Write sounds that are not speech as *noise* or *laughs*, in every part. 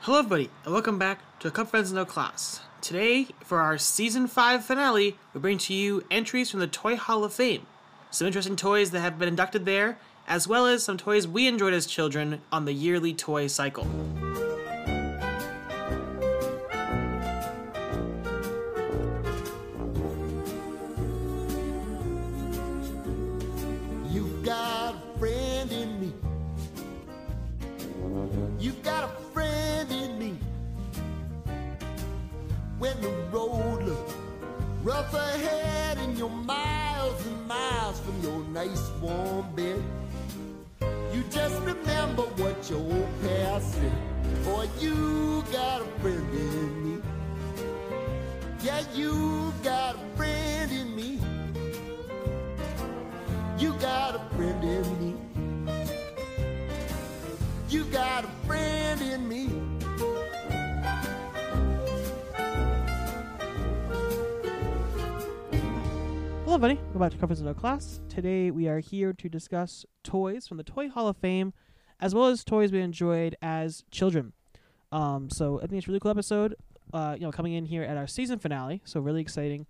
Hello, everybody, and welcome back to A Cup Friends No Class. Today, for our season five finale, we bring to you entries from the Toy Hall of Fame. Some interesting toys that have been inducted there, as well as some toys we enjoyed as children on the yearly toy cycle. You've got a friend in me. You've got a friend in me. When the road looks rough ahead and you're miles and miles from your nice warm bed, you just remember what your old past said. Boy, you got a friend in me. Yeah, you got a friend in me. You got a friend in me. You got a friend in me. Hello, everybody, welcome back to A Cup Friends No Class. Today, we are here to discuss toys from the Toy Hall of Fame, as well as toys we enjoyed as children. Um, so I think it's a really cool episode. Uh, you know, coming in here at our season finale, so really exciting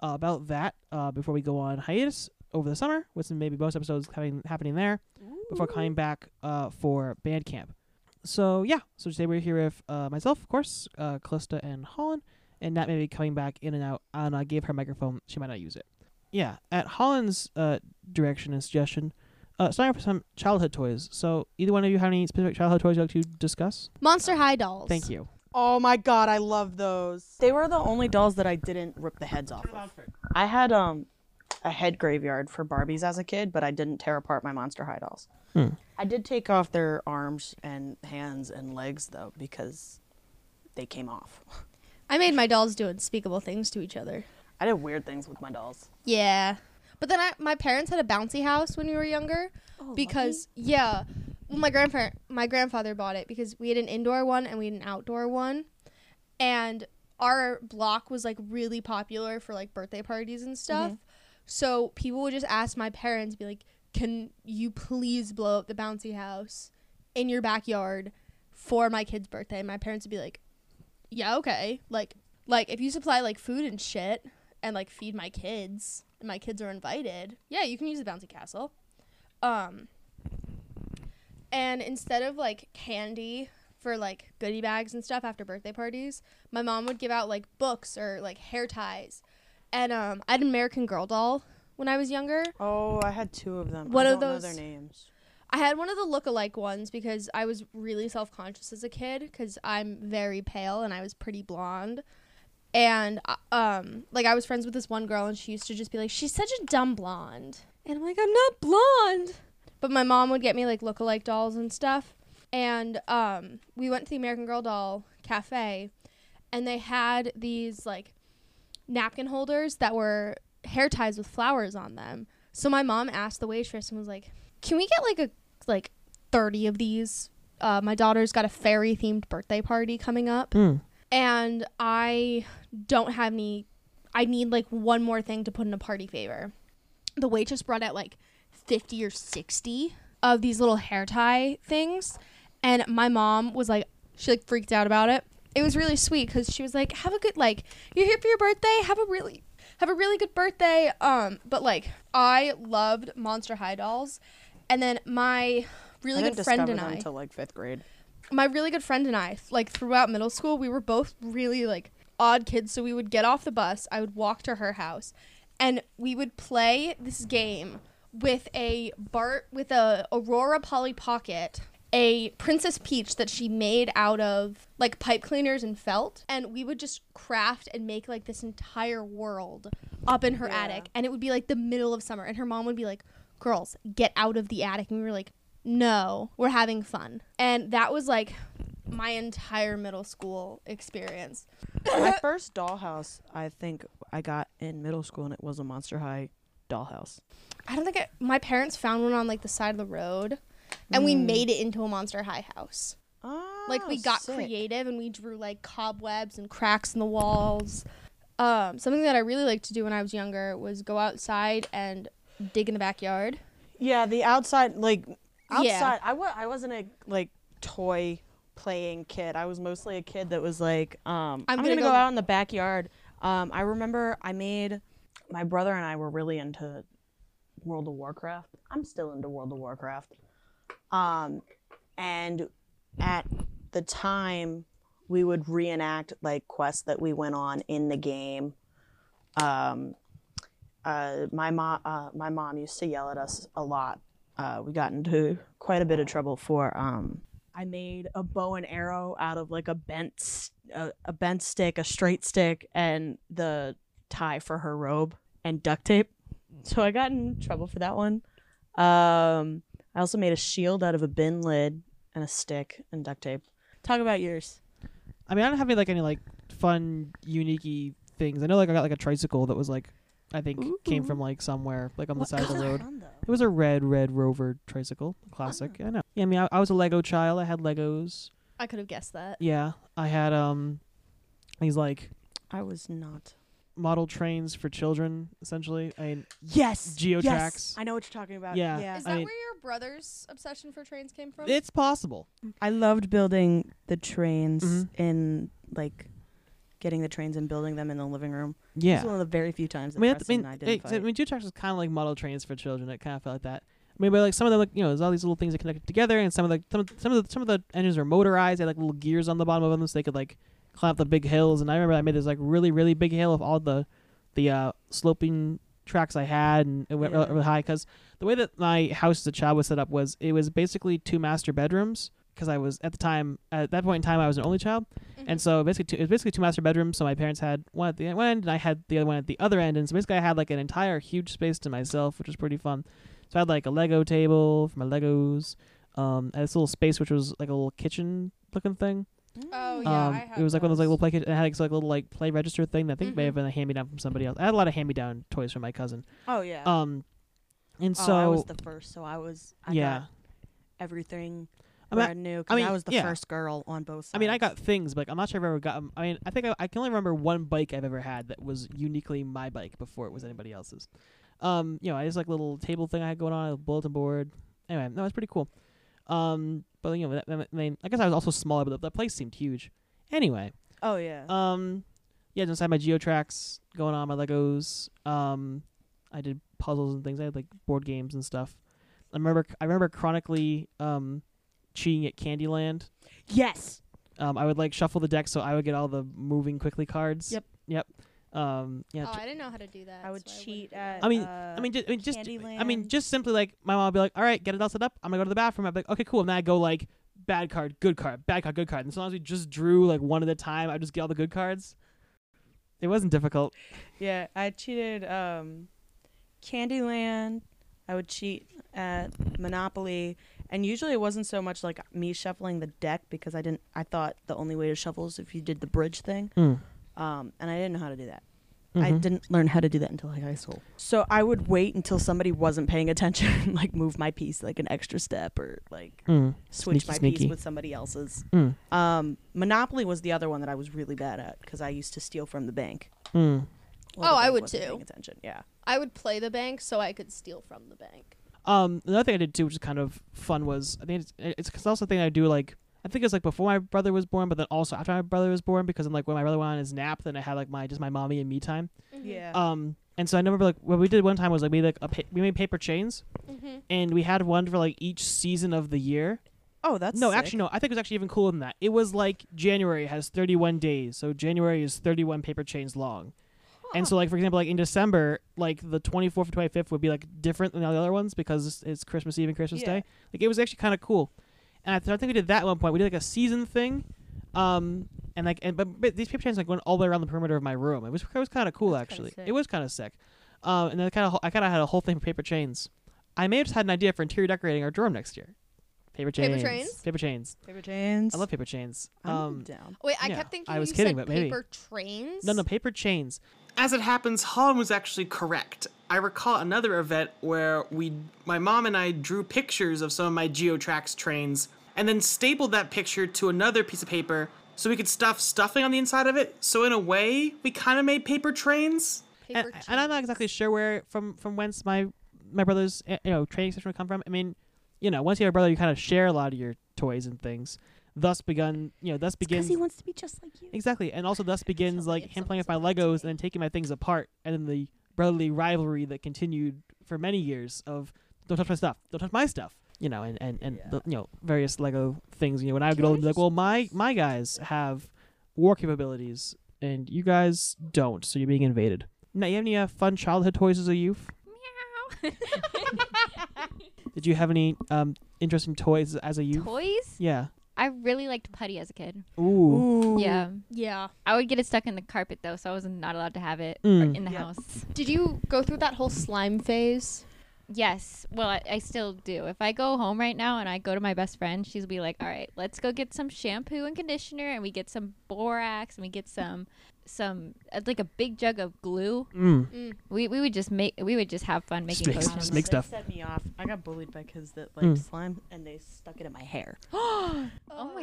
uh, about that. Uh, before we go on hiatus over the summer, with some maybe most episodes having happening there before coming back uh, for band camp. So yeah, so today we're here with uh, myself, of course, uh, Calista and Holland, and Nat may be coming back in and out. Anna gave her microphone; she might not use it. Yeah, at Holland's uh, direction and suggestion, uh, starting off with some childhood toys. So either one of you have any specific childhood toys you'd like to discuss? Monster High dolls. Thank you. Oh my god, I love those. They were the only dolls that I didn't rip the heads off of. I had um a head graveyard for Barbies as a kid, but I didn't tear apart my Monster High dolls. I did take off their arms and hands and legs though because they came off. *laughs* I made my dolls do unspeakable things to each other. I did weird things with my dolls. Yeah. But then I, my parents had a bouncy house when we were younger because yeah, well my grandparent my grandfather bought it because we had an indoor one and we had an outdoor one. And our block was like really popular for like birthday parties and stuff. So people would just ask my parents be like, "Can you please blow up the bouncy house in your backyard for my kid's birthday?" And my parents would be like, yeah, okay. Like, like if you supply like food and shit and like feed my kids and my kids are invited, yeah, you can use the bouncy castle. Um, and instead of like candy for like goodie bags and stuff after birthday parties, my mom would give out like books or like hair ties. And um, I had an American Girl doll when I was younger. Oh, I had two of them. What I are don't know those? their names. I had one of the look-alike ones because I was really self-conscious as a kid because I'm very pale and I was pretty blonde. And uh, um, like I was friends with this one girl and she used to just be like, "She's such a dumb blonde," and I'm like, "I'm not blonde." But my mom would get me like look-alike dolls and stuff. And um, we went to the American Girl doll cafe, and they had these like napkin holders that were hair ties with flowers on them. So my mom asked the waitress and was like, "Can we get like a like 30 of these? Uh, my daughter's got a fairy themed birthday party coming up, Mm. and I don't have any. I need like one more thing to put in a party favor." The waitress brought out like 50 or 60 of these little hair tie things, and my mom was like, she like freaked out about it. It was really sweet because she was like, "Have a good like, you're here for your birthday. Have a really have a really good birthday. Um, but like I loved Monster High dolls, and then my really I didn't good friend discover and them I, until like *laughs* fifth grade. my really good friend and I, like throughout middle school, we were both really like odd kids. So we would get off the bus, I would walk to her house, and we would play this game with a Bart with a Aurora Polly Pocket, a Princess Peach that she made out of like pipe cleaners and felt, and we would just craft and make like this entire world up in her attic, and it would be like the middle of summer, and her mom would be like, "Girls, get out of the attic," and we were like no, we're having fun. And that was like my entire middle school experience. my first dollhouse, I think I got in middle school, and it was a Monster High dollhouse. I don't think I, my parents found one on like the side of the road and we made it into a Monster High house. Mm. Oh, Like we got sick. creative and we drew like cobwebs and cracks in the walls. Um, something that I really liked to do when I was younger was go outside and dig in the backyard. Yeah, the outside, like Yeah. outside. I I w- I wasn't a like toy playing kid. I was mostly a kid that was like, um, I'm, gonna gonna, go, go- out in the backyard. Um, I remember I made my brother and I were really into World of Warcraft. I'm still into World of Warcraft. Um, and at the time, we would reenact like quests that we went on in the game. Um, uh, my mom, uh, my mom used to yell at us a lot. Uh, we got into quite a bit of trouble for. Um, I made a bow and arrow out of like a bent, s- a, a bent stick, a straight stick, and the tie for her robe and duct tape. So I got in trouble for that one. Um, I also made a shield out of a bin lid and a stick and duct tape. Talk about yours. I mean, I don't have any like any like fun, unique things. I know like I got like a tricycle that was like, I think came from like somewhere like on the side of the road. It was a red, red Rover tricycle, classic. I know. Yeah, I mean, I, I was a Lego child. I had Legos. I could have guessed that. Yeah, I had um, these like I was not. model trains for children essentially. I mean, Yes. Geo tracks. I know what you're talking about. Yeah. Is I that mean- where your brother's obsession for trains came from? it's possible. I loved building the trains Mhm. in like getting the trains and building them in the living room. It's Yeah. one of the very few I times that mean, that's- I Preston mean, and I didn't it, I fight. mean, Geo tracks is kind of like model trains for children. It kind of felt like that. I mean, but like some of them, like you know, there's all these little things that connected together, and some of the some of the, some of the some of the engines were motorized. They had like little gears on the bottom of them, so they could like climb up the big hills. And I remember I made this like really really big hill of all the the uh, sloping tracks I had, and it went Yeah. really, really high because the way that my house as a child was set up was it was basically two master bedrooms because I was at the time at that point in time I was an only child, Mm-hmm. and so basically two, it was basically two master bedrooms. So my parents had one at the e, one end, and I had the other one at the other end, and so basically I had like an entire huge space to myself, which was pretty fun. So I had like a Lego table for my Legos, um, and this little space which was like a little kitchen looking thing. oh yeah, um, I have. it was like one of those like those. little play. kit- I had like, so, like a little like play register thing that I think may Mhm. Mm-hmm. have been a hand me down from somebody else. I had a lot of hand me down toys from my cousin. oh yeah. Um, and oh, so I was the first, so I was. I yeah. Got everything. I mean, I- brand new. 'cause I I mean, was the yeah. first girl on both sides. I mean, I got things, but like, I'm not sure I've ever got. I mean, I think I, I can only remember one bike I've ever had that was uniquely my bike before it was anybody else's. Um, you know, I just like little table thing I had going on, a bulletin board. Anyway, no, it's pretty cool. Um, but you know, that, I mean, I guess I was also smaller, but the, the place seemed huge. Anyway, Oh yeah. um, yeah, just had my Geo tracks going on, my Legos. Um, I did puzzles and things. I had like board games and stuff. I remember, I remember chronically um, cheating at Candyland. yes. Um, I would like shuffle the deck so I would get all the moving quickly cards. Yep. Yep. Um, yeah. Oh, j- I didn't know how to do that. I would so cheat wouldn't at. do I mean- uh, I mean, just, I mean, just, I mean, Candyland. just simply like my mom would be like, "All right, get it all set up. I'm gonna go to the bathroom." I'd be like, "Okay, cool." And then I go like, "Bad card, good card, bad card, good card." And so long as we just drew like one at a time, I would just get all the good cards. It wasn't difficult. Yeah, I cheated um, Candyland. I would cheat at Monopoly, and usually it wasn't so much like me shuffling the deck because I didn't. I thought the only way to shuffle is if you did the bridge thing, Hmm. um, and I didn't know how to do that. Mm-hmm. I didn't learn how to do that until like high school. So I would wait until somebody wasn't paying attention, like move my piece like an extra step or like Mm. switch Sneaky, my sneaky. piece with somebody else's. Mm. Um, Monopoly was the other one that I was really bad at because I used to steal from the bank. Mm. while the Oh, I bank would wasn't too. paying Attention, yeah. I would play the bank so I could steal from the bank. Um, another thing I did too, which is kind of fun, was I think it's, it's, it's also a thing I do like. I think it's like before my brother was born, but then also after my brother was born, because then like when my brother went on his nap, then I had like my just my mommy and me time. Mm-hmm. Yeah. Um, and so I remember like what we did one time was like we like a pa- we made paper chains, Mm-hmm. and we had one for like each season of the year. oh, that's no, actually no, I think it was actually even cooler than that. It was like January has 31 days, so January is 31 paper chains long. And so, like for example, like in December, like the 24th and 25th would be like different than the other ones because it's Christmas Eve and Christmas Yeah. Day. Like it was actually kind of cool. And I, th- I think we did that at one point. We did like a season thing, um, and like and but, but these paper chains like went all the way around the perimeter of my room. It was it was kind of cool actually. It was kind of sick. Um, and then kind of I kind of had a whole thing for paper chains. I may have just had an idea for interior decorating our dorm next year. Paper chains. Paper trains? Oh. Paper chains. Paper chains. I love paper chains. I'm Um, down. Wait, I Yeah, kept thinking I was you kidding, said but maybe. paper trains. no, no, paper chains. As it happens, Holland was actually correct. I recall another event where we, my mom and I, drew pictures of some of my Geotrax trains and then stapled that picture to another piece of paper so we could stuff stuffing on the inside of it. So in a way, we kind of made paper trains. And, Paper trains. and I'm not exactly sure where from from whence my my brother's eh, you know training session would come from. I mean, you know, once you have a brother, you kind of share a lot of your toys and things. Thus begun, you know, thus Because begins he wants to be just like you. exactly, and also thus begins like him playing with my Legos and then taking my things apart, and then the brotherly rivalry that continued for many years of don't touch my stuff, don't touch my stuff, you know, and and and the, you know various Lego things. You know, when I get Can older, I be like, just- well, my my guys have war capabilities, and you guys don't, so you're being invaded. Now, you have any uh, fun childhood toys as a youth? *laughs* Did you have any um interesting toys as a youth? Toys? Yeah. I really liked putty as a kid. Ooh. Yeah. Yeah. I would get it stuck in the carpet though, so I was not allowed to have it or Mm. in the house. Did you go through that whole slime phase? Yes. Well, I, I still do. If I go home right now and I go to my best friend, she'll be like, "All right, let's go get some shampoo and conditioner, and we get some borax, and we get some some uh, like a big jug of glue. Mm. We we would just make we would just have fun Just making make- potions. just make stuff. Set me off. I got bullied by kids that like Mm. slime, and they stuck it in my hair. Oh *laughs* my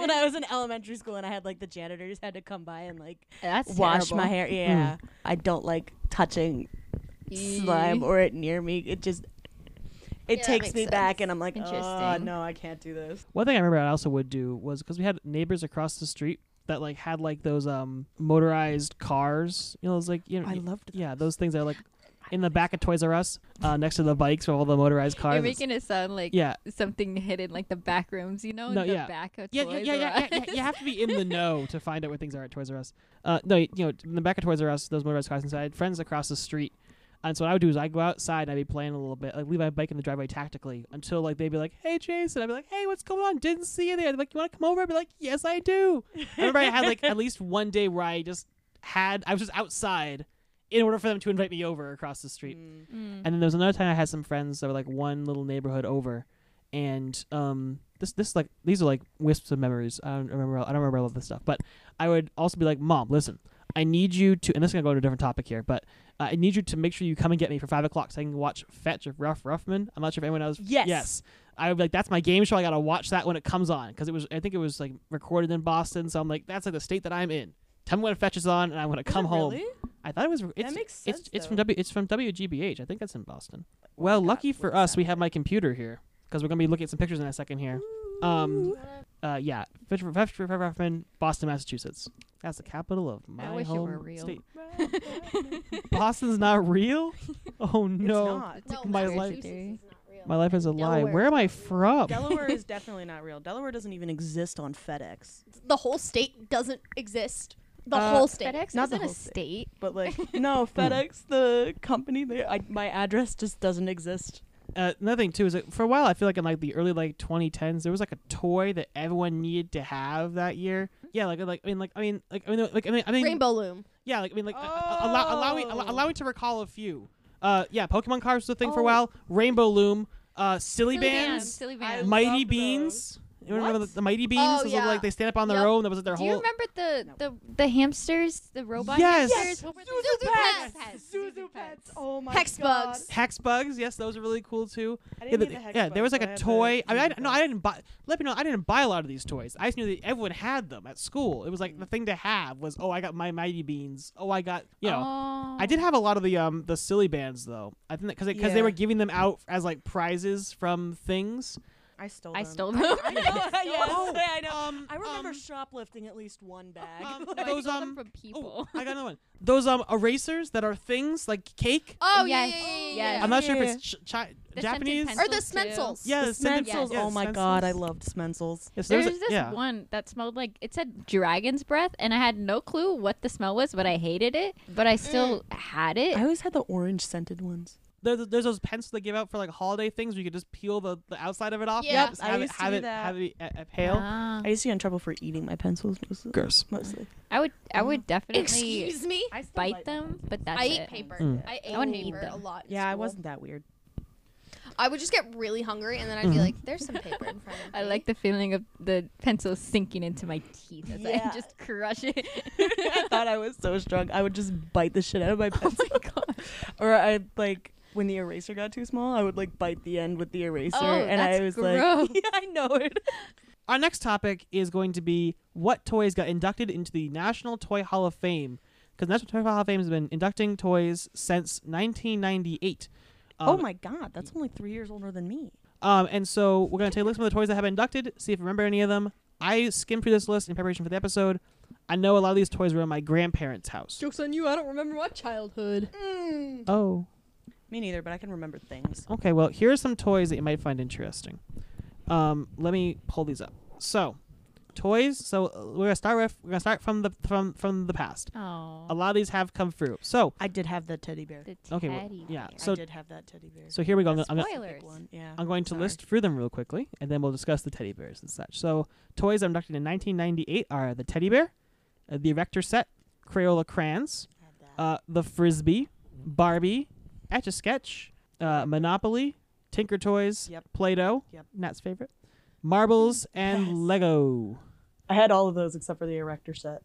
*laughs* when I was in elementary school and I had like the janitors had to come by and like that's Wash my terrible. hair. Yeah, Mm. I don't like touching slime or it near me. It just it Yeah, that takes makes me back, sense. and I'm like, oh Interesting. no, I can't do this. One thing I remember I also would do was because we had neighbors across the street that like had like those um motorized cars. You know, it was like you know, I y- loved yeah, those things that are like in the back of Toys R Us, uh, next to the bikes with all the motorized cars. You're It's- making it sound like yeah. something hidden, like the back rooms, you know, No, the yeah. back of Yeah, yeah, Toys yeah, R yeah, yeah, Us. yeah. You have to be in the know to find out where things are at Toys R Us. Uh, no, you know, in the back of Toys R Us, those motorized cars, and so I had friends across the street. And so what I would do is I'd go outside and I'd be playing a little bit, like leave my bike in the driveway tactically until like they'd be like, "Hey Jason," I'd be like, "Hey, what's going on? Didn't see you there." They'd be like, "You want to come over?" I'd be like, "Yes, I do." I remember I had like at least one day where I just had I was just outside in order for them to invite me over across the street. Mm. And then there was another time I had some friends that were like one little neighborhood over, and um, this this like these are like wisps of memories. I don't remember. I don't remember all of this stuff, but I would also be like, Mom, listen, I need you to. And this is gonna go to a different topic here, but uh, I need you to make sure you come and get me for five o'clock so I can watch Fetch of Rough Ruffman. I'm not sure if anyone knows. Yes. Yes. I would be like, that's my game show. I gotta watch that when it comes on because it was. I think it was like recorded in Boston, so I'm like, that's like the state that I'm in. Tell me when Fetch is on, and I want to come home. I thought it was. It's, makes it's- sense, It's, from though. W. It's from WGBH. I think that's in Boston. well, lucky for us, we have my computer here because we're gonna be looking at some pictures in a second here. Um, uh, yeah, Fitch- Fitch- Fitch- Ruffman, Boston, Massachusetts. That's the capital of my wish you home were real. state. Boston's not real. Oh no, It's not. *laughs* It's my conspiracy life- theory. my life is a lie. Delaware. Where am I from? Delaware is definitely not real. Delaware doesn't even exist on FedEx. The whole state doesn't exist. The Uh, whole state. FedEx Not the isn't a whole state. But *laughs* like, no, FedEx, the company, they, I, my address just doesn't exist. uh, another thing too is that for a while I feel like in like the early like 2010s there was like a toy that everyone needed to have that year. Yeah, like like I mean like I mean like I mean like I mean I mean Rainbow Loom. Yeah, like I mean, like uh, allow, allowing allow, allowing to recall a few. Uh, yeah, Pokemon cards was a thing for a Oh. whill. Rainbow Loom, uh, silly, bands, Silly I bands. Mighty loved Beans. You remember the, the Mighty Beans? Oh, Those little, yeah. like they stand up on their Yep. own. That was like, their Do whole. you remember the the the hamsters, the robot Yes. hamsters? Yes. What were Zuzu those? Pets. Zuzu Pets. Oh my Hex bugs. Hex bugs, yes, those are really cool too. I yeah, didn't the- need the hex yeah, there was bugs, like but a I had the toy. I mean, I, Zuzu no, I Pets. didn't buy. Let me know, I didn't buy a lot of these toys. I just knew that everyone had them at school. It was like the thing to have was, oh, I got my Mighty Beans. Oh, I got you know. Oh. I did have a lot of the um the silly bands though. I think because because they Yeah. were giving them out as like prizes from things. I stole. I them. *laughs* stole them. yes. Yeah, I know. Um, I remember um, shoplifting at least one bag. *laughs* um, No, I those stole them um. from Oh, *laughs* people. I got another one. Those um erasers that are things like cake. Oh yes. yeah, yeah, yeah, yeah, Yes. I'm not sure if it's ch- chi- The scented Japanese. pencil. Or the Pencils, Smensels. Yeah, the scented- Smencils. yeah, oh my Smencils. god, I loved Smencils. Yes, There there's was a- this yeah. one that smelled like it said dragon's breath, and I had no clue what the smell was, but I hated it. But I still had it. I always had the orange scented ones. There, there's those pencils they give out for like holiday things where you could just peel the, the outside of it off. and Yep, just I have it, used to have do it, that. Have it a, a pail. Ah. I used to get in trouble for eating my pencils mostly. Gross. Mostly. I would, I would definitely Excuse me. I bite them, but that's I it. ate paper. Mm. I ate I wouldn't eat paper a them. lot. in Yeah, I school. wasn't that weird. I would just get really hungry and then Mm-hmm. I'd be like, "There's some paper in front of me." I like the feeling of the pencil sinking into my teeth as I just crush it. I thought I was so strong. I would just bite the shit out of my oh pencil. my god! *laughs* or I like when the eraser got too small, I would like bite the end with the eraser, Oh, and that's I was gross. like, yeah, I know it. Our next topic is going to be what toys got inducted into the National Toy Hall of Fame. Because National Toy Hall of Fame has been inducting toys since 1998. Um, oh my god, that's only three years older than me. Um, and so we're going to take a look at some of the toys that have been inducted, see if you remember any of them, I skimmed through this list in preparation for the episode. I know a lot of these toys were in my grandparents' house. Jokes on you. I don't remember my childhood. Mm. Oh. Me neither, but I can remember things. Okay, well, here are some toys that you might find interesting. Um, let me pull these up. So, toys. So uh, we're gonna start with we're gonna start from the from from the past. A Oh, lot of these have come through. So I did have that teddy bear. the okay, okay, well, yeah. bear. So I did have that teddy bear. so here we go. I'm gonna- I'm gonna- Spoilers. One, yeah. I'm going to Sorry. list through them real quickly, and then we'll discuss the teddy bears and such. So, toys I'm inducted in 1998 are the teddy bear, uh, the Erector set, Crayola crayons, uh, the frisbee, Barbie, Etch a Sketch, uh, Monopoly, Tinker Toys, Yep. Play-Doh, Yep. Nat's favorite, marbles, and Lego. I had all of those except for the erector set.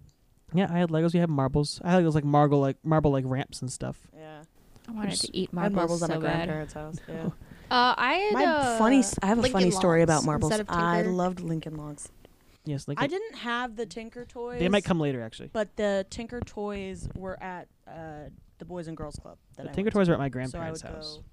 Yeah, I had Legos. You had marbles. I had those like marble, like marble, like ramps and stuff. Yeah. I wanted to eat I had marbles marbles, so at my bad. grandparents' house. Yeah. Uh, I had my uh, funny. s- I have a Lincoln funny story Logs about marbles. instead of I Tinker. loved Lincoln Logs. Yes, like I didn't have the Tinker toys. they might come later actually. But the Tinker toys were at uh, the Boys and Girls Club. That The I Tinker went Toys to. were at my So I grandparents' would house. go-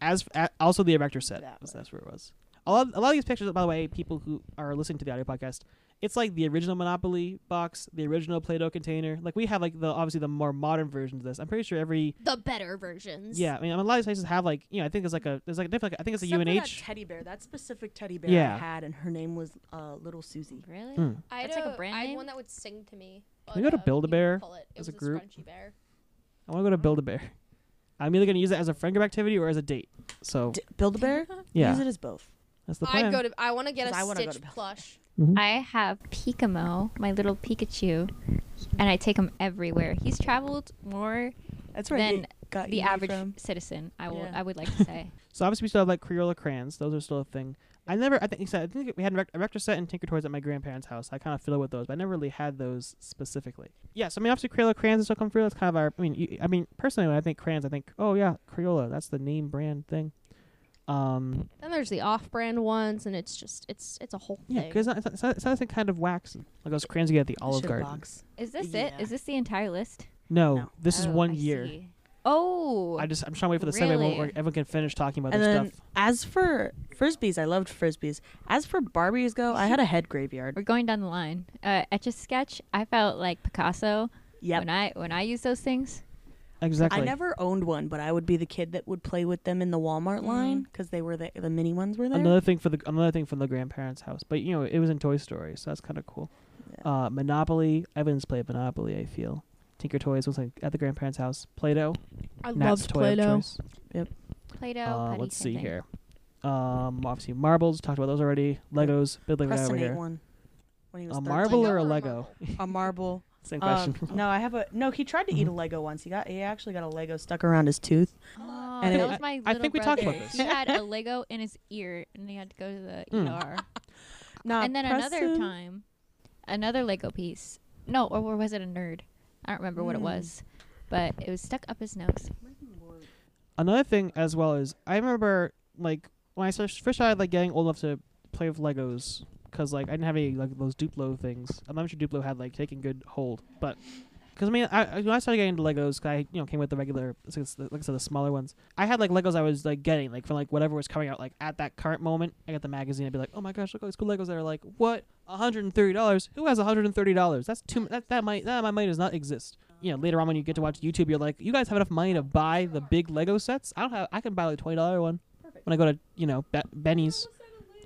as a, also the erector set. That was- way. that's where it was. A lot, a lot of these pictures, by the way, people who are listening to the audio podcast, it's like the original Monopoly box, the original Play-Doh container. Like we have like the obviously the more modern versions of this. I'm pretty sure every the better versions. yeah, I mean a lot of these places have like you know I think it's like a there's like definitely like, I think it's a Except for that UNH. teddy bear, that specific teddy bear Yeah. I had, and her name was uh, Little Susie. Really? Mm. I had That's like a a- brand I had name? one that would sing to me. we go but, to uh, Build-A-Bear couldn't pull It. It as was a a, group? scrunchy bear. I want to go to Build a Bear. I'm either gonna use it as a friend group activity or as a date. So D- Build a *laughs* bear. Use yeah, it as both. that's the plan. I'd go to. I want to get 'Cause I a wanna go Stitch to Build-A-Bear. plush. I have Pikamo, my little Pikachu, and I take him everywhere. He's traveled more That's than got the you average from- citizen. I will. Yeah. I would like to say. So obviously we still have like Crayola crayons; those are still a thing. I never, I think, I think we had Erect- Erector set and Tinker Toys at my grandparents' house. I kind of fiddle with those, but I never really had those specifically. Yeah, so I mean, obviously Crayola crayons still come through. That's kind of our. I mean, you, I mean, personally, when I think crayons, I think, oh yeah, Crayola. That's the name brand thing. Um, Then there's the off-brand ones, and it's just it's it's a whole yeah, thing. because it's, not- it's, not- it's not the same kind of wax like those crayons you get at the Olive Should've Garden. boxed. Is this it? Yeah. Is this the entire list? No, No. this is Oh, one I year. see. Oh. I just I'm trying to wait for the segment where Really? everyone can finish talking about And their then stuff. as for frisbees, I loved frisbees. As for Barbies go, I had a head graveyard. *laughs* We're going down the line. Uh, Etch a sketch. I felt like Picasso Yep. when I when I use those things. Exactly. I never owned one, but I would be the kid that would play with them in the Walmart Mm-hmm. line because they were the the mini ones were there. Another thing for the another thing from the grandparents' house, but you know it was in Toy Story, so that's kind of cool. Uh, Monopoly, Evans played Monopoly. I feel Tinker Toys was like at the grandparents' house. Play-Doh, I Nat's loved toy of Play-Doh. choice. Play-Doh. Uh, putty, let's Oh, same see thing. here. Um, obviously marbles. Talked about those already. Legos, big Lego over Preston ate here. one when he was A 13. marble or a Lego or Lego? *laughs* a marble. Same Um, question. *laughs* Mm-hmm. no, I have a no. He tried to eat a Lego once. He got he actually got a Lego stuck around his tooth. Oh, And that it- was my I little think we talked about brother. this. He had *laughs* a Lego in his ear, and he had to go to the ER. No, and then another time, another Lego piece. No, or, or was it a nerd? I don't remember what it was, but it was stuck up his nose. another thing as well is I remember like when I first first started like getting old enough to play with Legos because like I didn't have any like those Duplo things. I'm not sure Duplo had like taken good hold, but because I mean I I- when I started getting into Legos, 'cause I you know came with the regular like I said the smaller ones. I had like Legos I was like getting like from like whatever was coming out like at that current moment. I got the magazine. I'd be like, oh my gosh, look at these cool Legos that are like what 130 dollars. Who has 130 dollars? That's too m- that that might that my money does not exist. You know, later on when you get to watch YouTube, you're like, you guys have enough money to buy the big Lego sets. I don't have. I can buy like twenty dollar one when I go to you know Be- Benny's.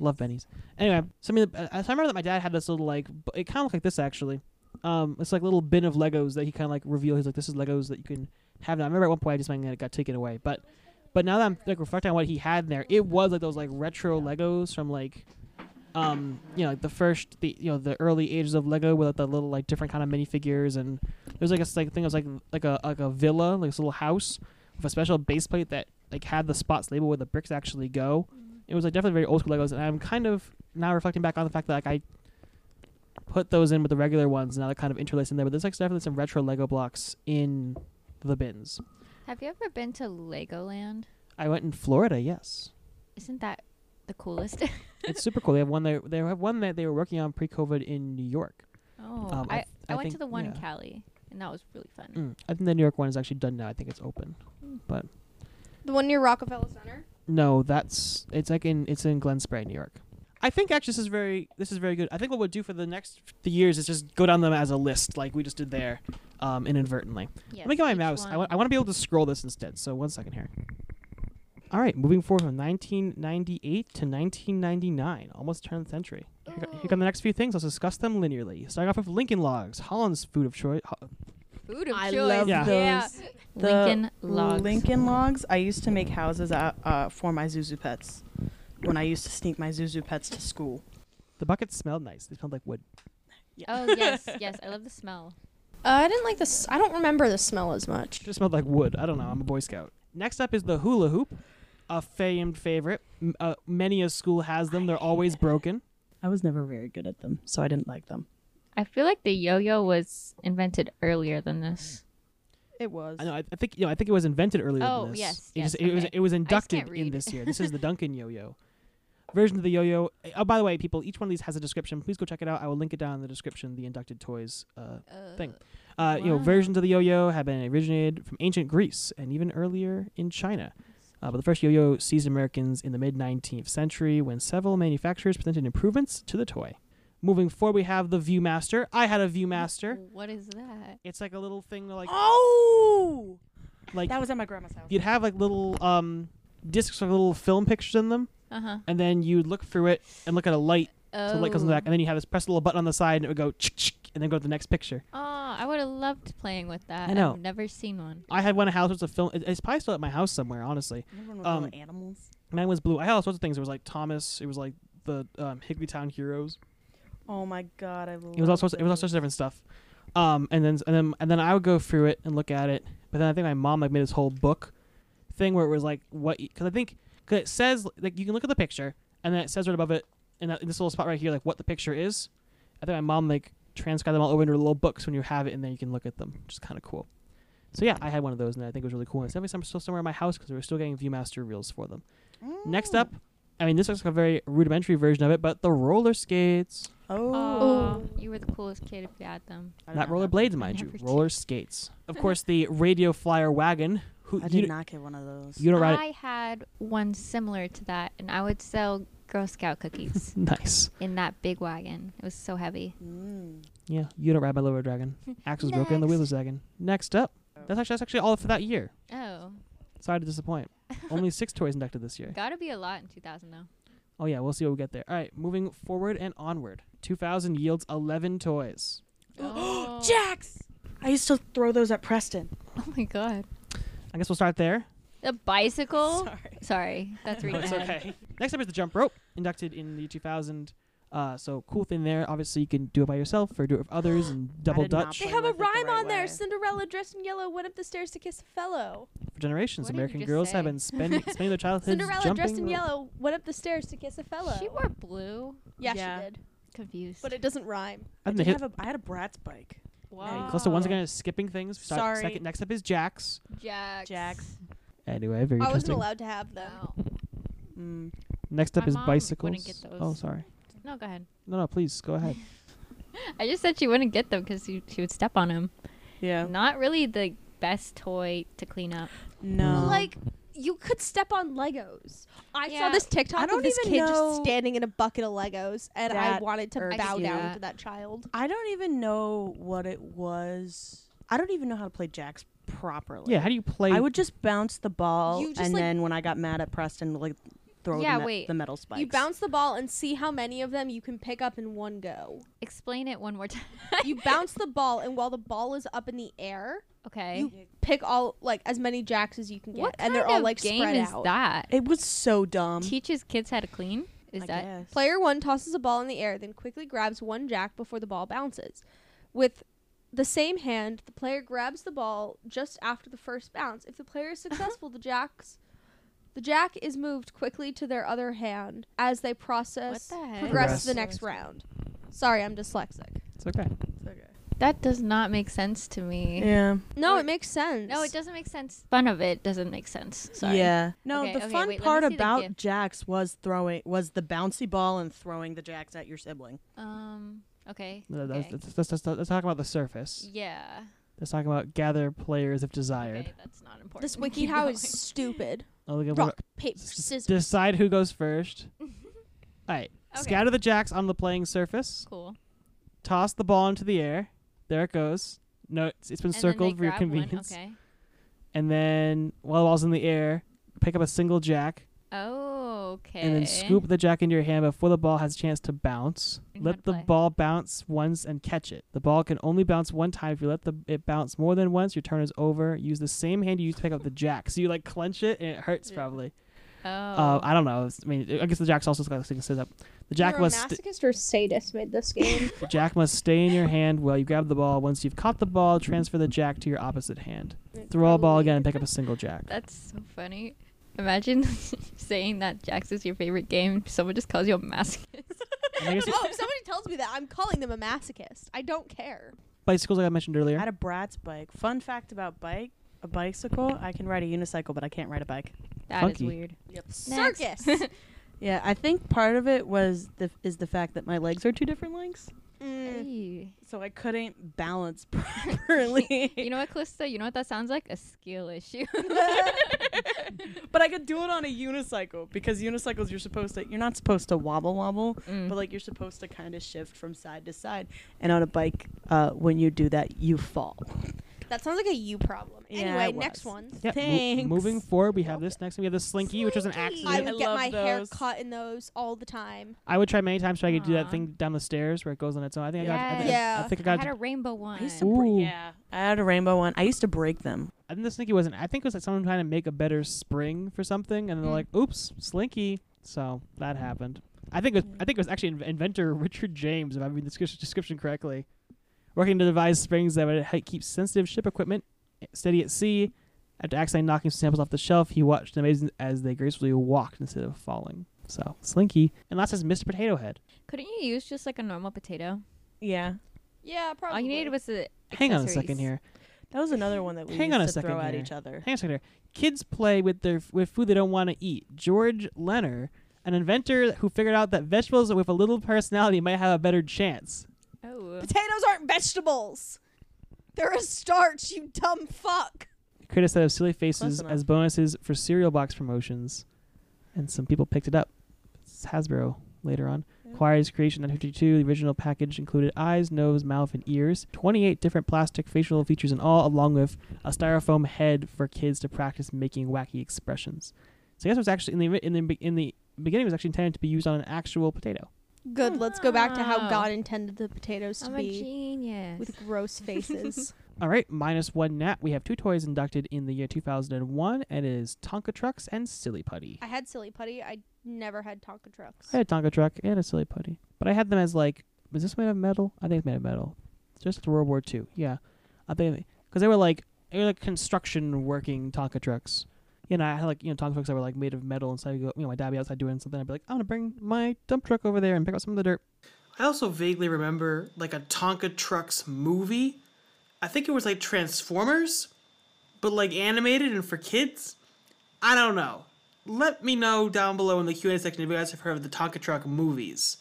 Love Benny's. Anyway, so I mean, uh, so I remember that my dad had this little like b- it kind of looked like this actually. Um, it's like a little bin of Legos that he kind of like revealed. He's like, this is Legos that you can have now. I remember at one point I just went and it got taken away, but but now that I'm like reflecting on what he had in there, it was like those like retro Legos from like um you know like the first the you know the early ages of Lego with like, the little like different kind of minifigures and there's like a s- like thing that was like like a like a villa like this little house with a special base plate that like had the spots labeled where the bricks actually go. Mm-hmm. It was like definitely very old school Legos, and I'm kind of now reflecting back on the fact that like I put those in with the regular ones, and now they're kind of interlaced in there. But there's like definitely some retro Lego blocks in the bins. Have you ever been to Legoland? I went in Florida, yes. Isn't that the coolest? *laughs* it's super cool. They have one. They they have one that they were working on pre-COVID in New York. oh, Um, I I, I, th- I went think- to the one yeah. in Cali, and that was really fun. Mm. I think the New York one is actually done now. I think it's open. The one near Rockefeller Center. No, that's it's like in it's in Glen Spray, New York. I think actually this is very this is very good. I think what we'll do for the next the years is just go down them as a list, like we just did there, um, inadvertently. Yes, Let me get my each mouse. I one. want I want to be able to scroll this instead. So one second here. All right, moving forward from 1998 to 1999, almost turn of the century. Here, go- here come the next few things. Let's discuss them linearly. Starting off with Lincoln Logs, Holland's food of choice. Ho- Food of I choice. love Yeah. Yeah. those. The Lincoln logs. Lincoln logs. I used to make houses uh, uh, for my Zuzu pets when I used to sneak my Zuzu pets to school. the buckets smelled nice. They smelled like wood. Oh yes, yes. I love the smell. Uh, I didn't like this. I don't remember the smell as much. Just smelled like wood. I don't know. I'm a Boy Scout. Next up is the hula hoop, a famed favorite. M- uh, many a school has them. They're always broken. I was never very good at them, so I didn't like them. *laughs* I feel like the yo-yo was invented earlier than this. It was. I know. I, I think you know. I think it was invented earlier Oh, than this. yes, It, just, yes, it was. okay. It was I just can't inducted in read. this year. This is *laughs* the Duncan yo-yo version of the yo-yo. Oh, by the way, people, each one of these has a description. Please go check it out. I will link it down in the description. The inducted toys uh, thing. Uh, You know, wow. versions of the yo-yo have been originated from ancient Greece and even earlier in China. Uh, but the first yo-yo seized Americans in the mid 19th century when several manufacturers presented improvements to the toy. Moving forward, we have the ViewMaster. I had a ViewMaster. What is that? It's like a little thing, *gasps* like Oh, like that was at my grandma's house. you'd have like little um discs with little film pictures in them Uh huh. and then you'd look through it and look at a light Oh. so the light comes in the back and then you have this press a little button on the side and it would go and then go to the next picture Oh, I would have loved playing with that. I know. have never seen one. i had one at house with a film it- it's probably still at my house somewhere honestly Remember with all Um, the animals? mine was blue i had all sorts of things it was like thomas it was like the um, higbytown heroes Oh my god, I love it was all sorts it was all those. sorts of different stuff um and then and then and then i would go through it and look at it but then i think my mom like made this whole book thing where it was like what because i think cause it says like you can look at the picture and then it says right above it in, that, in this little spot right here like what the picture is i think my mom like transcribed them all over into little books when you have it and then you can look at them which is kind of cool so yeah i had one of those and i think it was really cool and it's definitely some- still somewhere in my house because we were still getting viewmaster reels for them Mm. next up i mean this looks like a very rudimentary version of it but the roller skates Oh, Oh, you were the coolest kid if you had them. I did not have roller that. blades, mind you. never did. Roller *laughs* skates. Of course, the radio flyer wagon. Who I you, did not get one of those. you don't ride I had one similar to that, and I would sell Girl Scout *laughs* cookies it. Nice. in that big wagon. It was so heavy. Mm. Yeah, you don't ride my lower *laughs* dragon. Axle's broken, the wheel is sagging. Next up, that's actually that's actually all for that year. Oh, Sorry to *laughs* disappoint. Only six toys inducted this year. gotta be a lot in 2000 though. Oh yeah, we'll see what we get there. All right, moving forward and onward. 2000 yields 11 toys. Uh, Oh, *gasps* Jax. I used to throw those at Preston. *laughs* oh my god. I guess we'll start there. A bicycle? Sorry. Sorry, that's reading It's ahead. okay. *laughs* Next up is the jump rope, inducted in the 2000. Uh, so cool thing there. Obviously, you can do it by yourself or do it with others and double did not dutch play for They have a Live it the rhyme right on there. way. Cinderella dressed in yellow went up the stairs to kiss a fellow. generations. What did you American just girls have say? been spending spending their childhood Cinderella jumping dressed in rope. yellow went up the stairs to kiss a fellow. She wore blue. yeah, Yeah. she did. Confused. But it doesn't rhyme. I I, think the did hit. have a, I had a Bratz bike. wow. Close to once again is skipping things. Start- Sorry. Second, next up is Jax. Jax. Jax. Anyway, very I wasn't interesting. allowed to have them. Mm. Next up My is mom wouldn't bicycles. get those. Oh, sorry. No, go ahead. No, no, please go ahead. I just said she wouldn't get them because she, she would step on him. Yeah. Not really the best toy to clean up. No. Like you could step on Legos. I saw Yeah. this TikTok I of don't this even kid know- just standing in a bucket of Legos, and I That wanted to irks bow you. down Yeah. to that child. I don't even know what it was. I don't even know how to play jacks properly. yeah, how do you play? I would just bounce the ball, You just, and like- then when I got mad at Preston, like throw Yeah, the, me- wait. the metal spikes. You bounce the ball and see how many of them you can pick up in one go. Explain it one more time. You *laughs* bounce the ball, and while the ball is up in the air, *laughs* Okay. you pick all like as many jacks as you can get, what and they're kind all of like game spread is out. Um, that? It was so dumb. Teaches kids how to clean. Is I that? guess. Player one tosses a ball in the air, then quickly grabs one jack before the ball bounces. With the same hand, the player grabs the ball just after the first bounce. If the player is Uh-huh. successful, the jacks the jack is moved quickly to their other hand as they process What the heck? progress to the Progress. next round. Sorry, I'm dyslexic. It's okay. That does not make sense to me. Yeah. No, Or- it makes sense. No, it doesn't make sense. Fun of it doesn't make sense. Sorry. Yeah. No, Okay, the okay, fun wait, let me part see the about gift. jacks was throwing was the bouncy ball and throwing the jacks at your sibling. Um. Okay. No, that's- okay. that's- that's- that's- Let's talk about the surface. yeah. Let's talk about gather players if desired. Okay, that's not important. *laughs* This Keep WikiHow is going. stupid. Oh, look at what- Rock, paper, s- s- scissors. *laughs* Decide who goes first. All right. Okay. Scatter the jacks on the playing surface. Cool. Toss the ball into the air. There it goes. No, it's, it's been And then they circled for your grab one, convenience. Okay. And then while the ball's in the air, pick up a single jack Oh, okay. and then scoop the jack into your hand before the ball has a chance to bounce. Learn how Let to the play. ball bounce once and catch it. The ball can only bounce one time. If you let the it bounce more than once, your turn is over. Use the same hand you used to pick up the jack. So you like clench it and it hurts probably. Oh. Uh, I don't know. It's- I mean, I guess the jack's also got to sit up. The jack You're a must st- masochist or sadist made this game. the jack must stay in your hand while you grab the ball. Once you've caught the ball, transfer the jack to your opposite hand. Throw a ball again and pick up a single *laughs* jack. That's so funny. Imagine *laughs* saying that Jax is your favorite game. Someone just calls you a masochist. I guess *laughs* oh, if somebody tells me that, I'm calling them a masochist. I don't care. bicycles, like I mentioned earlier. I had a Bratz bike. Fun fact about bike, a bicycle. I can ride a unicycle, but I can't ride a bike. *laughs* That is Funky. weird. Next. Circus. *laughs* Yeah, I think part of it was the is the fact that my legs are two different lengths, Mm. *laughs* Hey. so I couldn't balance *laughs* properly. *laughs* You know what, Calista? You know what that sounds like? A skill *laughs* issue. but I could do it on a unicycle because unicycles you're supposed to you're not supposed to wobble wobble, Mm. Mm-hmm. but like you're supposed to kind of shift from side to side. And on a bike, uh, when you do that, you fall. That sounds like a you problem. Yeah, anyway, it next was. one. Yeah, mo- Thanks. moving forward, we have this next. We have the slinky, which was an Slinky. accident. I I would get love my hair those. cut in those all the time. I would try many times so I could do that Aw. thing down the stairs where it goes on its own. I think I got. I think Yes. I, I think I I got. had I, a rainbow one. I used to break. Ooh. Yeah, I had a rainbow one. I used to break them. think the slinky wasn't. I think it was like someone trying to make a better spring for something, and they're Mm. like, "Oops, slinky." So that happened. I think it was, I think it was actually inv- inventor Richard James, if I read the description- description correctly, working to devise springs that would help keep sensitive ship equipment eh, steady at sea. After accidentally knocking samples off the shelf, he watched amazed as they gracefully walked instead of falling. So slinky, and last is Mr. Potato Head. Couldn't you use just like a normal potato? Yeah, Yeah, probably. All you needed was the. Hang on a second accessories. here. that was another one that we Hang used on a to second throw at here. each other. Hang on a second here. Kids play with their with food they don't want to eat. George Lenner, an inventor who figured out that vegetables with a little personality might have a better chance. Oh. Potatoes aren't vegetables. They're a starch, you dumb fuck. Create a set of silly faces enough. as bonuses for cereal box promotions, and some people picked it up. It's Hasbro later on. Quarry's creation 952. The original package included eyes, nose, mouth, and ears. 28 different plastic facial features in all, along with a styrofoam head for kids to practice making wacky expressions. So I guess it was actually in the in the in the beginning it was actually intended to be used on an actual potato. Good, let's go back to how Wow. God intended the potatoes to I'm a be genius. *laughs* with *laughs* gross faces. All right, minus one nat. We have two toys inducted in the year 2001, and it is Tonka trucks and Silly Putty. I had silly putty. I never had Tonka trucks. I had a Tonka truck and a silly putty, but I had them as like, was this made of metal? I think it's made of metal. It's Just after World War Two, yeah. I think because they were like they were like construction working Tonka trucks. You know, I had like you know Tonka trucks that were like made of metal, and so I go, you know, my dad would be outside doing something. I'd be like, I'm gonna bring my dump truck over there and pick up some of the dirt. I also vaguely remember like a Tonka Trucks movie. I think it was like Transformers, but like animated and for kids. I don't know. Let me know down below in the Q&A section if you guys have heard of the Tonka Truck movies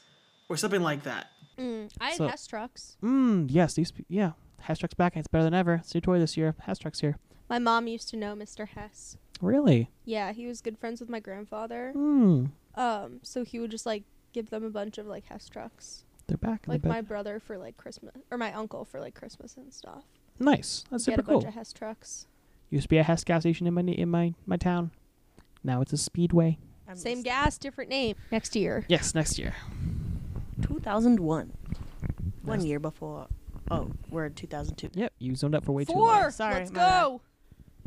or something like that. I had So- Hess trucks. Mmm, yes, these pe- yeah. Hash trucks back, and it's better than ever. It's a new toy this year. Hash trucks here. My mom used to know Mr. Hess. Really? Yeah, he was good friends with my grandfather. Mmm, Um, so he would just like give them a bunch of like Hess trucks, they're back. like they're my back. brother for like Christmas or my uncle for like Christmas and stuff. nice. That's Get super a bunch cool. of Hess trucks. Used to be a Hess gas station in my ne- in my my town. Now it's a Speedway. I'm Same just- gas, different name. Next year. Yes, next year. 2001. One That's- year before. Oh, we're in 2002. Yep, you zoned up for way too long. Four. Sorry, Let's my bad. go.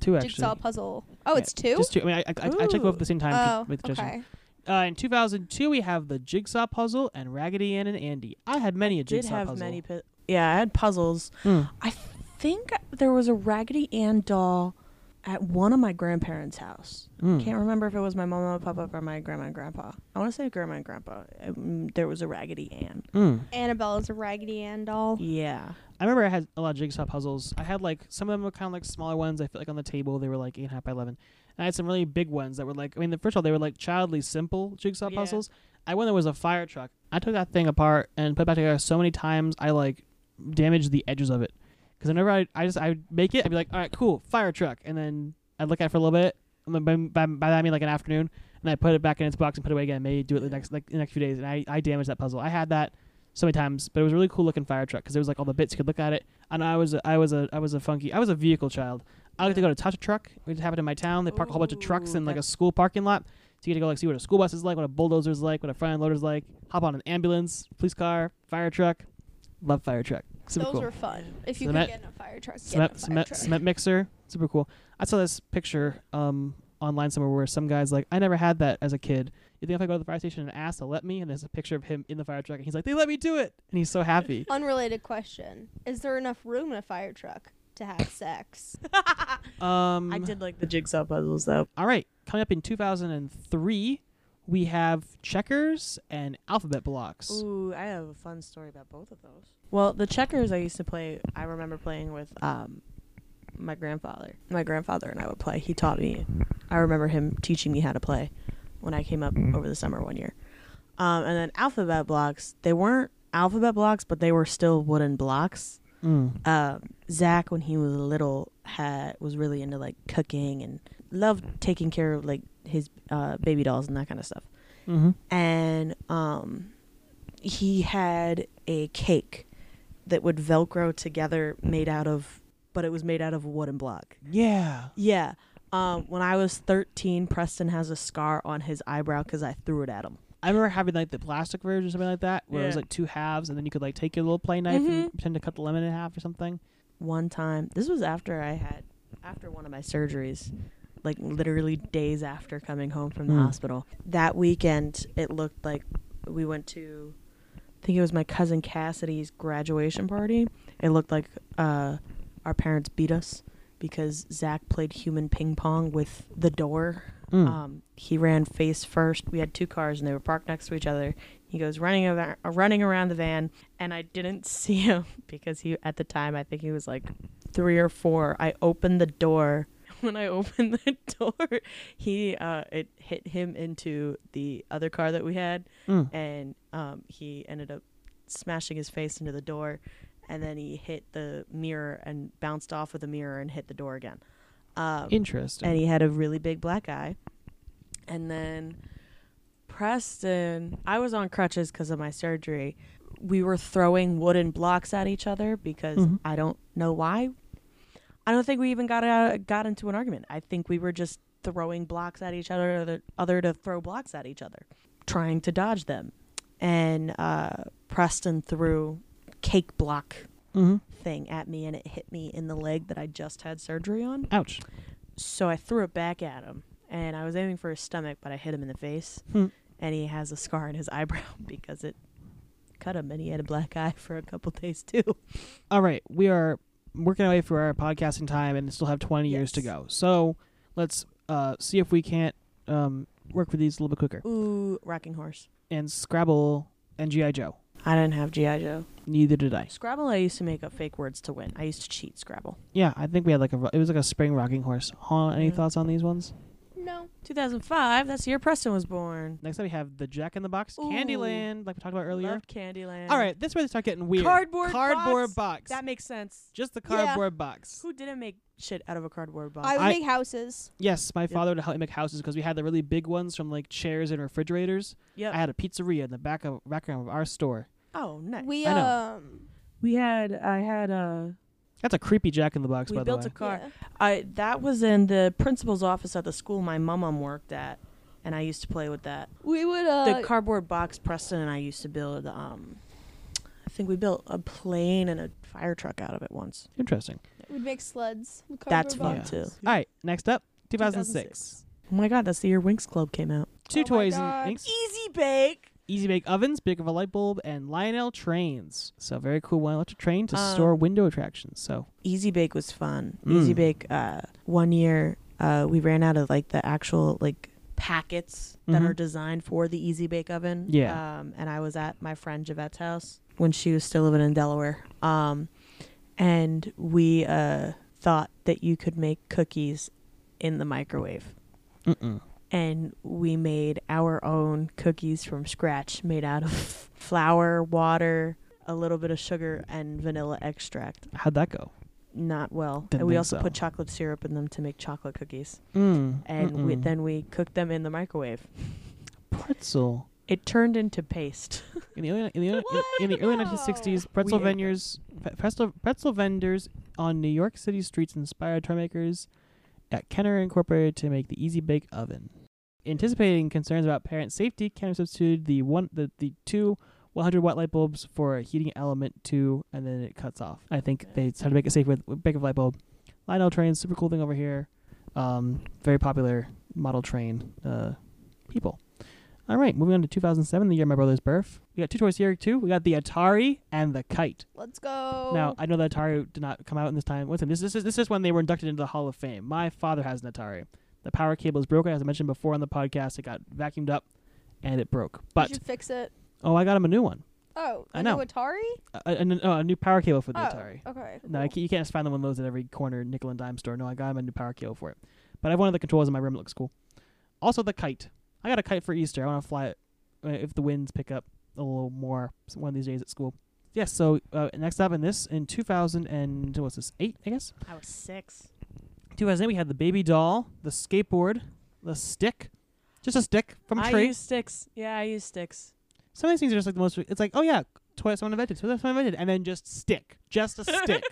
Two actually. Jigsaw puzzle. Oh, Yeah, it's two. Just two. I mean, I, I, I, I checked both at the same time. ju- oh, with just okay. uh, in 2002, we have the Jigsaw Puzzle and Raggedy Ann and Andy. I had many a Did Jigsaw have puzzle. many. Pu- yeah, I had puzzles. Hmm. I think there was a Raggedy Ann doll at one of my grandparents' house. Mm. Can't remember if it was my mama, papa, or my grandma and grandpa. I want to say grandma and grandpa. Um, there was a Raggedy Ann. Mm. Annabelle is a Raggedy Ann doll. Yeah. I remember I had a lot of Jigsaw puzzles. I had like some of them were kind of like smaller ones. I feel like on the table they were like eight and a half by eleven. And I had some really big ones that were like I mean, the, first of all, they were like childly simple Jigsaw Yeah. puzzles. I one that was a fire truck. I took that thing apart and put it back together so many times. I like damaged the edges of it because whenever I I just I would make it, I'd be like, all right, cool, fire truck, and then I'd look at it for a little bit. And then by, by, by that I mean like an afternoon. and I put it back in its box and put it away again. Maybe do it the next like the next few days. And I I damaged that puzzle. I had that so many times, but it was a really cool looking fire truck because there was like all the bits you could look at it. And I was a, I was a I was a funky I was a vehicle child. I like to go to touch a truck. It happened in my town. They park a whole bunch of trucks Ooh, in like a that's- school parking lot. So you get to go like see what a school bus is like, what a bulldozer is like, what a front end loader is like. Hop on an ambulance, police car, fire truck. Love fire truck. Super Those cool were fun. If you Cement- could get in a fire truck, get in a cement, fire cement, truck. cement mixer. Super cool. I saw this picture um, online somewhere where some guy's like, I never had that as a kid. You think if I go to the fire station and ask, they'll let me? And there's a picture of him in the fire truck, and he's like, they let me do it, and he's so happy. Unrelated question: Is there enough room in a fire truck *laughs* to have sex? Um, *laughs* *laughs* I did like the jigsaw puzzles though. All right, coming up in 2003, we have checkers and alphabet blocks. Ooh, I have a fun story about both of those. Well, the checkers I used to play, I remember playing with um, my grandfather. My grandfather and I would play. He taught me. I remember him teaching me how to play when I came up over the summer one year. Um, and then alphabet blocks, they weren't alphabet blocks, but they were still wooden blocks. Mm. Um, Zach, when he was little, had was really into like cooking and loved taking care of like his uh, baby dolls and that kind of stuff Mm-hmm. and um, he had a cake that would velcro together made out of but it was made out of a wooden block Yeah. yeah um, when i was 13 preston has a scar on his eyebrow because i threw it at him I remember having like the plastic version or something like that, where it was Yeah. Mm-hmm. like two halves, and then you could like take your little play knife and pretend to cut the lemon in half or something. one time this was after i had after one of my surgeries like literally days after coming home from the Mm. hospital that weekend it looked like we went to i think it was my cousin cassidy's graduation party it looked like uh, our parents beat us because zach played human ping pong with the door Mm. um, he ran face first. We had two cars and they were parked next to each other. He goes running around, running around the van, and I didn't *laughs* see him because he at the time I think he was like three or four. I opened the door. *laughs* When I opened the *laughs* door, he uh, it hit him into the other car that we had, Mm. and um, he ended up smashing his face into the door, and then he hit the mirror and bounced off of the mirror and hit the door again. Um, Interesting. and he had a really big black eye. And then Preston, I was on crutches because of my surgery. We were throwing wooden blocks at each other because Mhm. I don't know why. I don't think we even got out, got into an argument. I think we were just throwing blocks at each other, other, other to throw blocks at each other, trying to dodge them. And uh, Preston threw cake block mm-hmm. thing at me, and it hit me in the leg that I just had surgery on Ouch. so I threw it back at him, and I was aiming for his stomach, but I hit him in the face, Hmm. and he has a scar in his *laughs* eyebrow because it cut him, and he had a black eye for a couple *laughs* days too. All right, we are working our way through our podcasting time and still have 20 years to Yes. go. So let's uh, see if we can't um, work for these a little bit quicker. Ooh, rocking horse. And Scrabble and G.I. Joe. I didn't have GI Joe. Neither did I. Scrabble, I used to make up fake words to win. I used to cheat Scrabble. Yeah, I think we had like a, ro- it was like a spring rocking horse. Huh, any Yeah. thoughts on these ones? no. 2005. That's the year Preston was born. Next up, we have the Jack in the Box, Ooh. Candyland, like we talked about earlier. Loved Candyland. All right, this is where they start getting weird. Cardboard Cardboard box. That makes sense. Just the Yeah. cardboard box. Who didn't make shit out of a cardboard box? I would Uh, I- make houses. Yes, my father would help me make houses because we had the really big ones from like chairs and refrigerators. yep. I had a pizzeria in the back of background of our store. oh, nice. We I know. um. We had. I had a. That's a creepy Jack in the Box, we by the built way. a car. yeah. I that was in the principal's office at the school my mom worked at, and I used to play with that. We would uh. the cardboard box Preston and I used to build. Um, I think we built a plane and a fire truck out of it once. Interesting. we'd make sleds. with That's fun cardboard box. too. All right, next up, 2006. 2006. Oh my god, that's the year Winx Club came out. Two Oh my toys God. and inks, Easy bake. easy bake ovens, big of a light bulb, and Lionel trains. So very cool one electric train to Um, store window attractions. So Easy Bake was fun. Mm. Easy Bake. Uh, one year, uh, we ran out of like the actual like packets that Mhm. are designed for the Easy Bake oven. Yeah. Um, and I was at my friend Javette's house when she was still living in Delaware. Um, and we uh thought that you could make cookies in the microwave mm-mm. and we made our own cookies from scratch made out of *laughs* flour, water, a little bit of sugar and vanilla extract. how'd that go? not well. Didn't and we think also so. put chocolate syrup in them to make chocolate cookies. Mm. And we, mm-mm. then we cooked them in the microwave. pretzel. It turned into paste. In the early, in the, early, in, in the early 1960s, pretzel We ate them. vendors, pe- pretzel, pretzel vendors on New York City streets inspired toy makers at Kenner Incorporated to make the Easy Bake Oven. Anticipating concerns about parent safety, Kenner substituted the one the, the two 100 watt light bulbs for a heating element two, and then it cuts off. I think they had to make it safe with, with bake of light bulb. Lionel train, super cool thing over here. Um, very popular model train. Uh, people. All right, moving on to 2007, the year of my brother's birth. We got two toys here too. We got the Atari and the Kite. Let's go. Now I know the Atari did not come out in this time. Listen, this this is this is when they were inducted into the Hall of Fame. My father has an Atari. The power cable is broken, as I mentioned before on the podcast. It got vacuumed up, and it broke. you But should fix it. oh, I got him a new one, Oh, I a new know. Atari. a, a, a- a new power cable for the oh, Atari. okay. No, I ca- you can't just find the one of those at every corner nickel and dime store. No, I got him a new power cable for it. But I have one of the controls in my room. It looks cool. Also, the kite. I got a kite for Easter. I want to fly it uh, if the winds pick up a little more s- one of these days at school. Yes. So uh, next up in this in 2000 and what's this eight? I guess I was six. 2008 we had the baby doll, the skateboard, the stick, just a stick from a I tree. use sticks. Yeah, I use sticks. Some of these things are just like the most. It's like oh yeah, toy someone invented, toy someone invented, and then just stick, just a stick.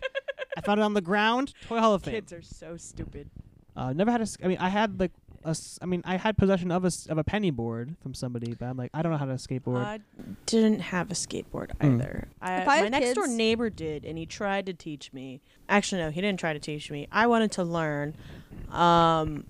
I found it on the ground. Toy Hall of Fame. Kids are so stupid. Uh, never had a. s- I mean, I had like a. s- I mean, I had possession of a s- of a penny board from somebody, but I'm like, I don't know how to skateboard. I Didn't have a skateboard Mm. either. I, If I my had next door kids- neighbor did, and he tried to teach me. Actually, no, he didn't try to teach me. I wanted to learn. Um,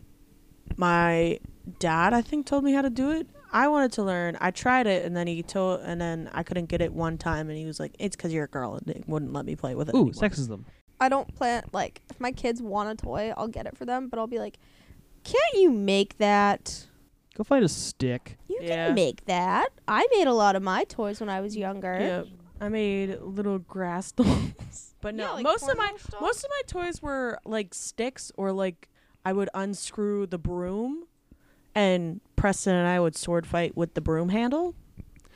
my dad, I think, told me how to do it. I wanted to learn. I tried it, and then he told, and then I couldn't get it one time, and he was like, "It's because you're a girl, and they wouldn't let me play with it." Ooh, anymore." sexism. I don't plan like if my kids want a toy, I'll get it for them, but I'll be like, "Can't you make that? Go find a stick. You Yeah. can make that. I made a lot of my toys when I was younger." Yep. I made little *laughs* grass dolls. But no, Yeah, like most of my cornhole stuff? most of my toys were like sticks or like I would unscrew the broom and Preston and I would sword fight with the broom handle.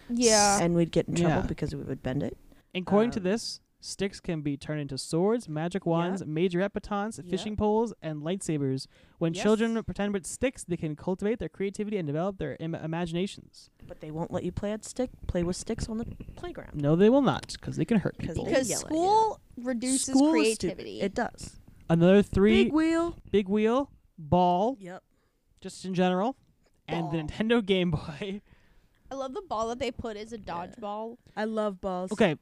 Yeah. and we'd get in trouble Yeah. because we would bend it. According to Um, this, sticks can be turned into swords, magic wands, majorette batons, Yep. fishing poles, and lightsabers. When Yes. children pretend with sticks, they can cultivate their creativity and develop their Im- imaginations. But they won't let you play at stick play with sticks on the playground. No, they will not, because they can hurt 'Cause people. they- Because Yell at you. school reduces E. School is stupid. creativity. It does. Another three Big wheel. big wheel, ball, Yep. just in general, and the Ball. Nintendo Game Boy. I love the ball that they put is a dodgeball. I love balls. Okay,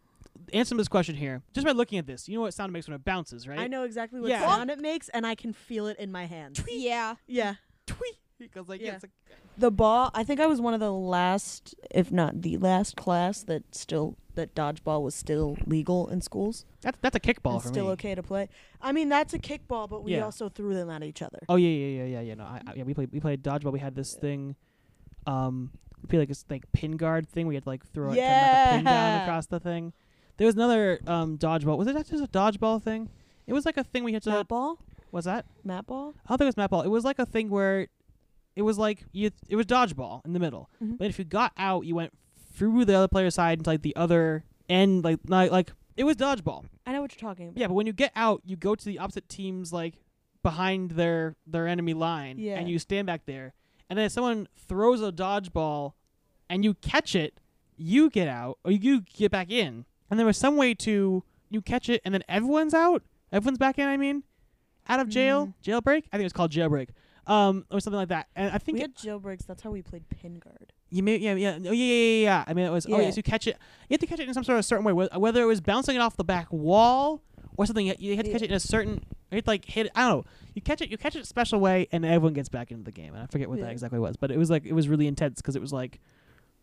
answer this question here. Just by looking at this, you know what sound it makes when it bounces, right? I know exactly what Yeah. sound it makes, and I can feel it in my hands. Yeah. Yeah. Tweet. Because like, yeah. Yeah. it's like The ball. I think I was one of the last, if not the last class that still that dodgeball was still legal in schools. that's that's a kickball and for still me. okay to play. I mean, that's a kickball, but we Yeah. also threw them at each other. Oh yeah, yeah, yeah, yeah, yeah. No, I, I, yeah, we played we played dodgeball. We had this thing, um, we played like this like pin guard thing. We had to, like throw it, yeah. the pin down Yeah. across the thing. There was another um dodgeball. Was it that just a dodgeball thing? It was like a thing we had to. Mat ball. Was that? Mat ball. I don't think it was Matball. It was like a thing where it was like you it was dodgeball in the middle. Mhm. But if you got out, you went through the other player's side into like the other end like not, like it was dodgeball. I know what you're talking about. Yeah, but when you get out, you go to the opposite team's like behind their their enemy line Yeah. and you stand back there. And then if someone throws a dodgeball and you catch it, you get out or you get back in. And there was some way to you catch it and then everyone's out. Everyone's back in, I mean. Out of jail, Mm. jailbreak. I think it was called jailbreak. Um, or something like that. And I think We it- had jailbreaks. That's how we played pin guard. you may, yeah, yeah, oh, yeah, yeah, yeah, yeah. I mean, it was, oh, Yeah. yes, you catch it. You have to catch it in some sort of certain way, wh- whether it was bouncing it off the back wall or something. You, you had to catch it in a certain, you had to, like hit. it- I don't know. You catch it, you catch it a special way, and everyone gets back into the game. And I forget what that Yeah. exactly was, but it was like it was really intense because it was like,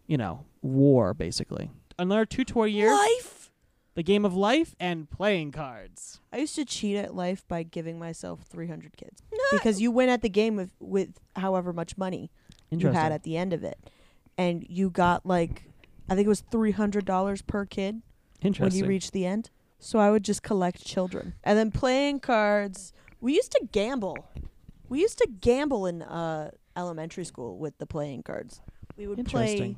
you know, war basically. Another two tour year, Life. the game of life and playing cards. I used to cheat at life by giving myself 300 kids because you win at the game with, with however much money you Interesting. had at the end of it, and you got like I think it was $300 per kid when Interesting. you reached the end. So I would just collect children and then playing cards. We used to gamble. We used to gamble in uh, elementary school with the playing cards. We would play Interesting.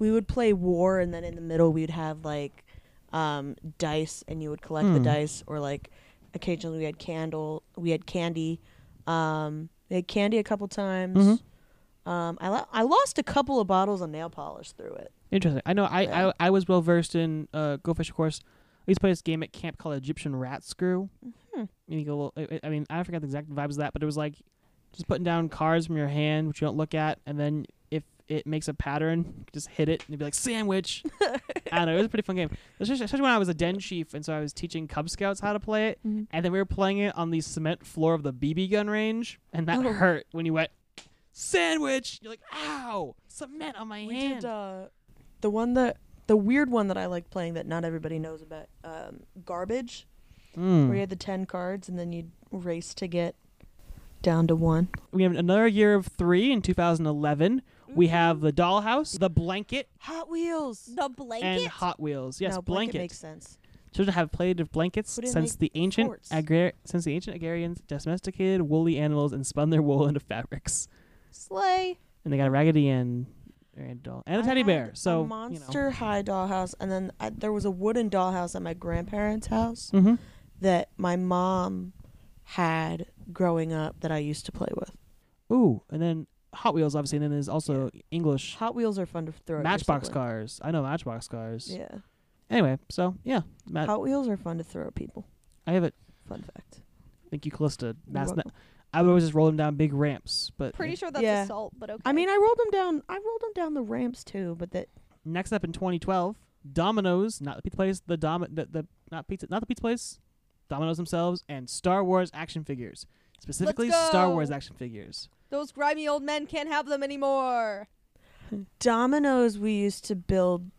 we would play war and then in the middle we'd have like um, dice and you would collect the Hmm. dice or like Occasionally we had candle, we had candy. Um, we had candy a couple times. Mm-hmm. Um, I lo- I lost a couple of bottles of nail polish through it. Interesting. I know. I I, I was well versed in uh, Go Fish, of course. I used to play this game at camp called Egyptian Rat Screw. Mm-hmm. And you go. I, I mean, I forgot the exact vibes of that, but it was like just putting down cards from your hand, which you don't look at, and then if it makes a pattern, just hit it, and you'd be like *laughs* sandwich. I don't know. It was a pretty fun game, especially, especially when I was a den chief, and so I was teaching Cub Scouts how to play it, Mm-hmm. and then we were playing it on the cement floor of the BB gun range, and Oh. that hurt when you went sandwich. You're like, ow, cement on my We hand. did uh, the one that the weird one that I like playing that not everybody knows about. Um, garbage. Mm. Where you had the ten cards and then you'd race to get down to one. We have another year of three in 2011. We Mm-hmm. have the dollhouse, the blanket, Hot Wheels. *laughs* The blanket. and Hot Wheels. Yes, no, blanket. makes sense. Children have played with blankets Who didn't since make the ancient forts? agri- since the ancient Agarians domesticated woolly animals and spun their wool into fabrics. Slay. And they got a Raggedy Ann and doll and a I teddy had bear. So a monster high dollhouse, and then I, there was a wooden dollhouse at my grandparents' house You know. hmm that my mom had growing up that I used to play with. Ooh, and then Hot Wheels, obviously, and then there's also English Hot Wheels are fun to throw. at your Matchbox sibling. cars. I know Matchbox cars. Yeah, Anyway, so yeah, Matt, Hot Wheels are fun to throw at people. I have it. Fun fact. Thank you, Callista. That's welcome. I would always just roll them down big ramps, but Pretty sure that's Yeah. assault, but okay. I mean, I rolled them down. I rolled them down the ramps too, but that Next up in 2012, Domino's, not the pizza place, the dom, the, the not pizza, not the pizza place, Domino's themselves, and Star Wars action figures, specifically Star Wars go. action figures. those grimy old men can't have them anymore. dominoes we used to build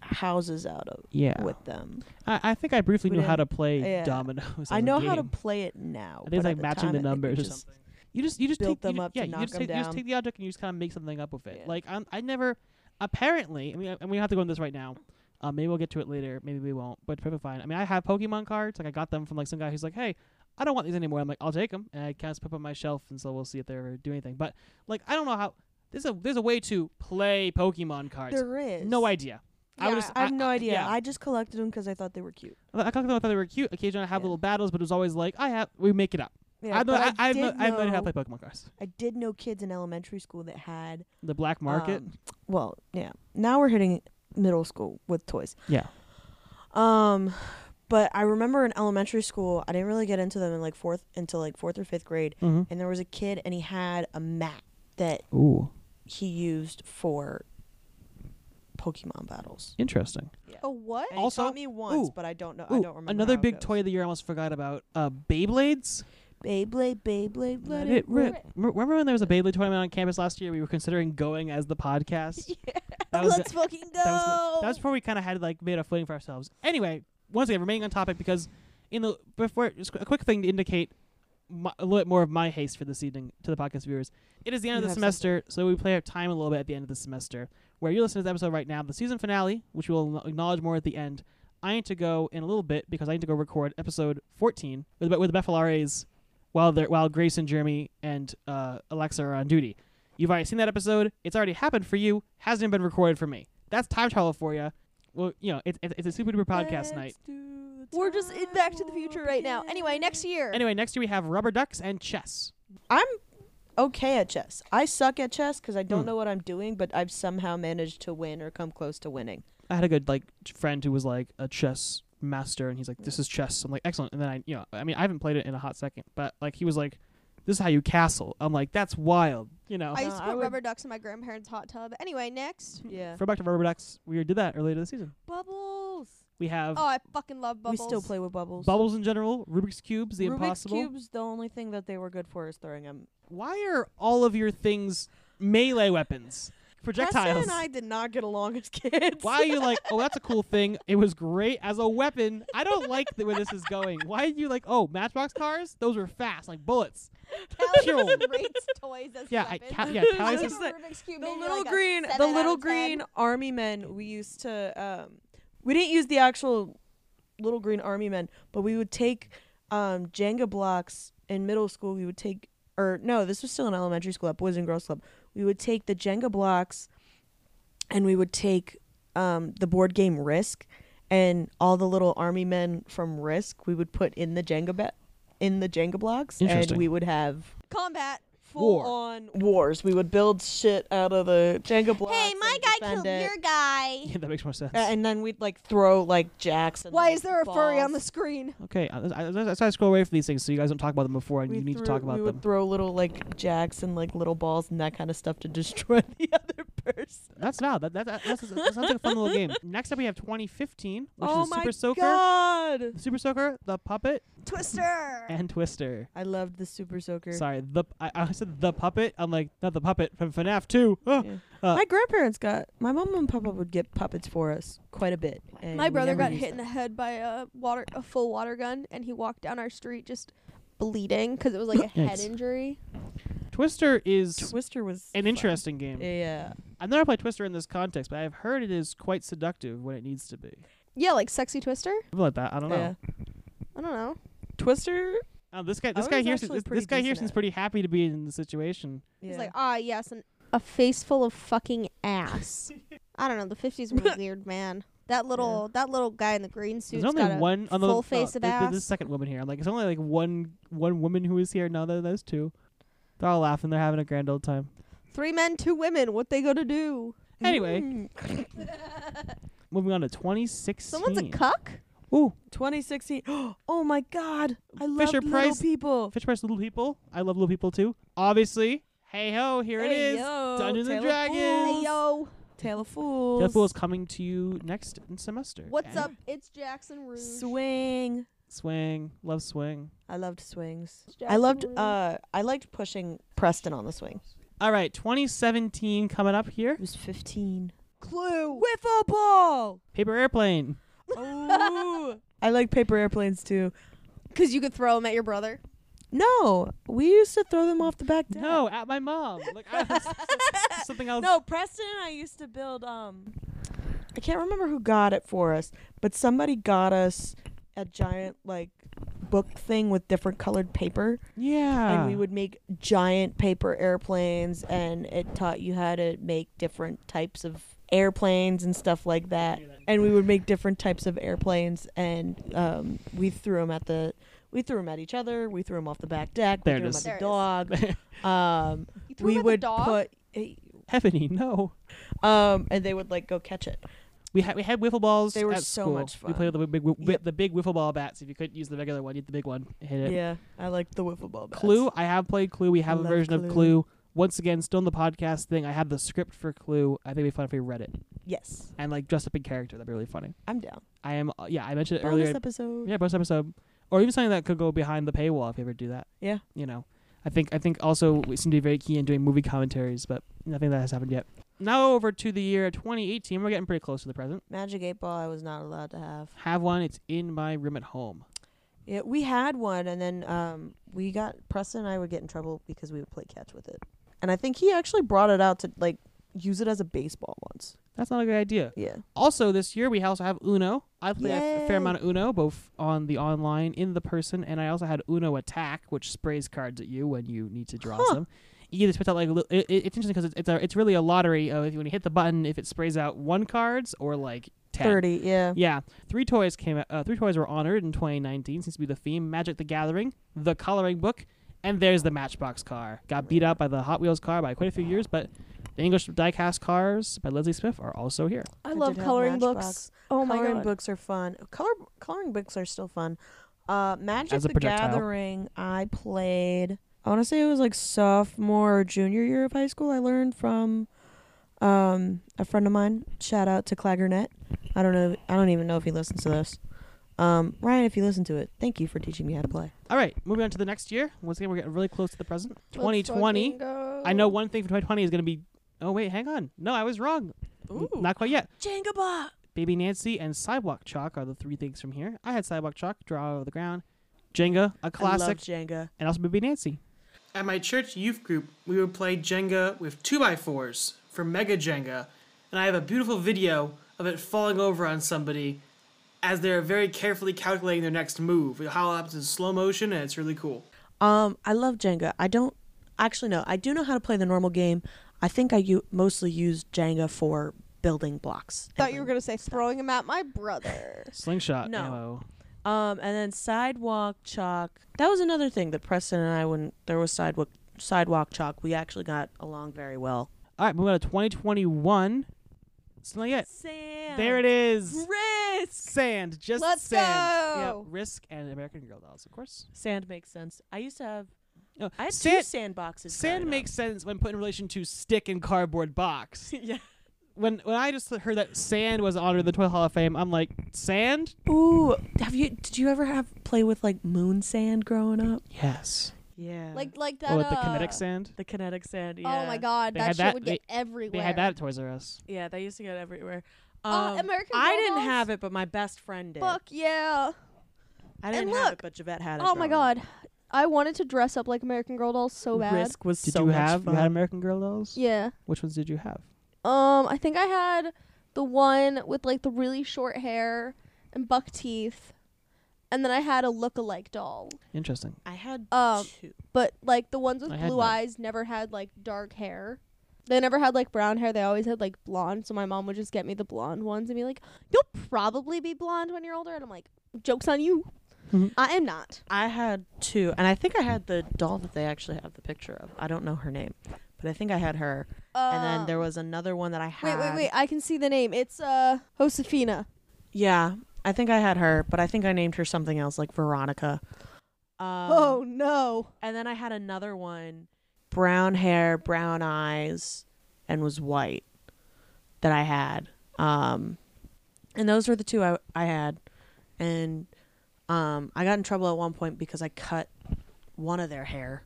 houses out of Yeah, with them. I, I think I briefly We knew how to didn't- play yeah. Domino's. as I a know how to game. play it now. I think it's but like at the matching time, the I think we numbers or just- *laughs* something. You just you just built take, you them ju- up to yeah, you knock just, take, them you just down. take the object and you just kind of make something up with it. Yeah. Like I'm, I never apparently. I mean, I- and we have to go into this right now. Uh, maybe we'll get to it later. Maybe we won't. But perfectly fine. I mean, I have Pokemon cards. Like I got them from like some guy who's like, hey. I don't want these anymore. I'm like, I'll take them, and I kind of put them on my shelf, and so we'll see if they ever do anything. But like, I don't know how. There's a there's a way to play Pokemon cards. There is no idea. I would Yeah, just I have no idea. yeah. I just collected them because I thought they were cute. I, I thought they were cute. Occasionally, I have Yeah. little battles, but it was always like, I have we make it up. Yeah, I, don't, but I, I, have no, did I have no idea how know- to play Pokemon cards. I did know kids in elementary school that had The black market. um, well, yeah. Now we're hitting middle school with toys. Yeah. Um, but I remember in elementary school, I didn't really get into them in like fourth until like fourth or fifth grade, Mm-hmm. and there was a kid and he had a mat that Ooh, he used for Pokemon battles. interesting. A what? And he Also- taught me once, ooh, but I don't know. I Ooh, don't remember. another how it big goes. toy of the year I almost forgot about. Uh, Beyblades. Beyblade, Beyblade, let, it rip. Rem- Remember when there was a Beyblade tournament on campus last year? We were considering going as the *laughs* podcast. yeah. That was Let's fucking go. that was, that was before we kind of had like made a footing for ourselves. Anyway, once again, remaining on topic because in the before just a quick thing to indicate my, a little bit more of my haste for this evening to the podcast viewers. It is the end of You the have semester, so we play our time a little bit at the end of the semester. Where you listen to this episode right now, the season finale, which we'll acknow- acknowledge more at the end. I need to go in a little bit because I need to go record episode 14 with the- with the Beffalares while they're while Grace and Jeremy and uh, Alexa are on duty. You've already seen that episode. It's already happened for you. Hasn't even been recorded for me. That's time travel for you. Well, you know, it's it's, it's a super duper podcast night. We're just in Back to the Future right now. Anyway, next year. Anyway, next year we have rubber ducks and chess. I'm okay at chess. I suck at chess because I don't Hmm. know what I'm doing, but I've somehow managed to win or come close to winning. I had a good like ch- friend who was like a chess master, and he's like, "This is chess." I'm like, "Excellent." And then I, you know, I mean, I haven't played it in a hot second, but like he was like, "This is how you castle." I'm like, "That's wild," you know. I used to No, uh-huh, I put would- rubber ducks in my grandparents' hot tub. Anyway, next. Yeah. For back to rubber ducks, we did that earlier this season. Bubbles. We have Oh, I fucking love We bubbles. still play with bubbles. bubbles in general, Rubik's cubes, the Rubik's impossible. cubes. The only thing that they were good for is throwing them. Why are all of your things melee weapons, projectiles? Preston and I did not get along as kids. *laughs* *laughs* Why are you like, oh, that's a cool thing? It was great as a weapon. I don't like the, where this is going. Why are you like, oh, Matchbox cars? Those were fast, like bullets. Callie Pure. *laughs* rates toys as Yeah, I, weapons. Ca- yeah, Callie Like says, *laughs* Just that- a Rubik's Cube, the maybe little like a green, the seven out little of 10. green army men. We used to, um, we didn't use the actual little green army men, but we would take um, Jenga blocks in middle school. We would take, or no, this was still in elementary school at Boys and Girls Club. We would take the Jenga blocks, and we would take um, the board game Risk, and all the little army men from Risk. We would put in the Jenga ba- in the Jenga blocks, and Interesting. we would have Combat. full on wars. We would build shit out of the Jenga blocks. Hey, my and guy defend killed it. your guy. Yeah, that makes more sense. A- Uh, And then we'd like throw like jacks. And, Why like, is there a furry on the balls. screen? okay, uh, I, I, I, I try to scroll away from these things so you guys don't talk about them before, and We you need threw- to talk about We them. would throw little like jacks and like little balls and that kind of stuff to *laughs* destroy the other person. *laughs* That's now. That, that, that, that's, that sounds like a fun little game. Next up, we have 2015, which oh is my Super Soaker, god! Super Soaker, the Puppet, Twister. and Twister. I loved the Super Soaker. Sorry, the I, I said the puppet. I'm like not the puppet from FNAF 2. Ah. Yeah. Uh, my grandparents got my mom and papa would get puppets for us quite a bit. and My we brother never got used hit in the them. head by a water, a full water gun, and he walked down our street just bleeding because it was like a head Yikes. injury. Twister is Twister was an fun. interesting game. Yeah, I've never played Twister in this context, but I've heard it is quite seductive when it needs to be. Yeah, like sexy Twister. Something like that. I don't know. yeah. I don't know. Twister. Um, this guy, I this was guy here, actually this, pretty this guy here decent seems at it. pretty happy to be in the situation. Yeah. He's like, ah, yes, and a face full of fucking *laughs* ass. I don't know. The fifties were weird, man. That little, that little guy in the green suit. There's only got a one on the full no, face of th- th- This ass. second woman here. I'm like, it's only like one one woman who is here. No, there, there's two. They're all laughing. They're having a grand old time. Three men, two women. What they gonna do? Anyway, Mm. moving on to 2016. Someone's a cuck. Ooh, 2016. *gasps* Oh my God! I love Fisher little Price- people. Fish Price Oh, Little People. I love Little People too. Obviously, hey ho, here it Hey is. yo, Dungeons and Tale of Dragons. Fools. Yo, Tale of Fools. Death Pool is coming to you next semester. what's And up? It's Jackson Rouge. Swing. Swing, love swing. I loved swings. I Jackson loved. Rouge. Uh, I liked pushing Preston on the swing. All right, 2017 coming up here. It was 15. Clue. Wiffle ball. Paper airplane. *laughs* Ooh. I like paper airplanes too. Because you could throw them at your brother. No, we used to throw them off the back deck. No, at my mom. Like I *laughs* was, something else. No, Preston and I used to build um I can't remember who got it for us, but somebody got us a giant like book thing with different colored paper Yeah. and we would make giant paper airplanes and it taught you how to make different types of airplanes and stuff like that and we would make different types of airplanes and um, we threw them at the we threw them at each other we threw them off the back deck There it we threw is. them at the There dog *laughs* um, You threw 'em at we the would dog? put eh, Ebony, no. um, and they would like go catch it We had we had wiffle balls. They were at so school. much We played with fun. the big wi- wi- Yep. the big wiffle ball bats. If you couldn't use the regular one, you had the big one. Hit it. yeah i like the wiffle ball bats. Clue. I have played Clue. We have a love version of Clue. Clue. Once again, still in the podcast thing. I have the script for Clue. I think it'd be fun if we read it yes and like dressed up in character. That'd be really funny. i'm down I am. Uh, yeah, I mentioned it bonus earlier. episode Yeah, bonus episode, or even something that could go behind the paywall if you ever do that. Yeah. You know, I think I think also we seem to be very key in doing movie commentaries, but nothing that has happened yet. Now over to the year 2018. We're getting pretty close to the present. magic eight ball i was not allowed to have Have one. It's in my room at home. Yeah, we had one, and then um, we got Preston and I would get in trouble because we would play catch with it, and I think he actually brought it out to like use it as a baseball once. That's not a good idea. Yeah, Also, this year we also have Uno. I play a fair Yay. amount of Uno, both on the online, in the person, and I also had Uno Attack, which sprays cards at you when you need to draw Huh. some. You either spits out like a little, it, it- it's interesting because it's it's, a, it's really a lottery of if you, when you hit the button, if it sprays out one cards or like ten. thirty. Yeah, Yeah, three toys came. out- Uh, three toys were honored in 2019. Seems to be the theme: Magic: The Gathering, The Coloring Book, and there's the Matchbox car. Got beat up by the Hot Wheels car by quite a few years, but the English diecast cars by Leslie Smith are also here. I love coloring books. Oh my coloring god. books are fun. Color coloring books are still fun. Uh, Magic As a the projectile. Gathering. I played. I want to say it was like sophomore or junior year of high school. I learned from um, a friend of mine. Shout out to Claggernet. I don't know. I don't even know if he listens to this. Um, Ryan, if you listen to it, thank you for teaching me how to play. All right, moving on to the next year. Once again, we're getting really close to the present. Let's 2020. fucking go. I know one thing from 2020 is going to be. Oh wait, hang on. No, I was wrong. N- Not quite yet. Jenga block. Baby Nancy and Sidewalk Chalk are the three things from here. I had Sidewalk Chalk, draw out of the ground, Jenga, a I love classic, Jenga. and also Baby Nancy. At my church youth group, we would play Jenga with 2x4s for Mega Jenga, and I have a beautiful video of it falling over on somebody as they're very carefully calculating their next move. It all happens in slow motion, and it's really cool. Um, I love Jenga. I don't actually know. I do know how to play the normal game. I think I u- mostly use Jenga for building blocks. Thought you were gonna say throwing him at my brother. Slingshot No. ammo. Um, and then sidewalk chalk. That was another thing that Preston and I, when there was sidewalk sidewalk chalk, we actually got along very well. All right, moving on to 2021. Still not yet. Sam, There it *laughs* is. Risk. Sand. Just Let's sand. Yep, go. Risk and American Girl dolls, of course. Sand makes sense. I used to have. No, I had sand, two sand boxes. sand growing up. makes sense when put in relation to stick and cardboard box. *laughs* yeah. When when I just heard that sand was honored in the Toy Hall of Fame, I'm like, sand? Ooh, have you? Did you ever have play with like moon sand growing up? Yes. Yeah. *laughs* Like like that. or with Oh, the uh, kinetic sand? the kinetic sand. Oh my yeah. god, They that had shit that- would they- get everywhere. They had that at Toys R Us. Yeah, they used to get everywhere. Um, Uh, American I Girl didn't dolls? have it, but my best friend did. Fuck yeah. I didn't and have it, look. but Javette had it. Oh my growing up. god. I wanted to dress up like American Girl dolls so bad. Risk was Did so you much have fun. you had American Girl dolls? Yeah. Which ones did you have? Um, I think I had the one with like the really short hair and buck teeth. And then I had a look-alike doll. Interesting. I had Um, two. But like the ones with I had blue none. eyes never had like dark hair. They never had like brown hair. They always had like blonde. So my mom would just get me the blonde ones and be like, "You'll probably be blonde when you're older." And I'm like, "Jokes on you. *laughs* Mhm. I am not." I had two, and I think I had the doll that they actually have the picture of. I don't know her name, but I think I had her. and then there was another one that I Uh, Um, Wait, had. wait, wait! I can see the name. It's uh Josefina. Yeah, I think I had her, but I think I named her something else, like Veronica. Um, oh no! And then I had another one, brown hair, brown eyes, and was white that I had. Um, and those were the two I, I had. And um, I got in trouble at one point because I cut one of their hair.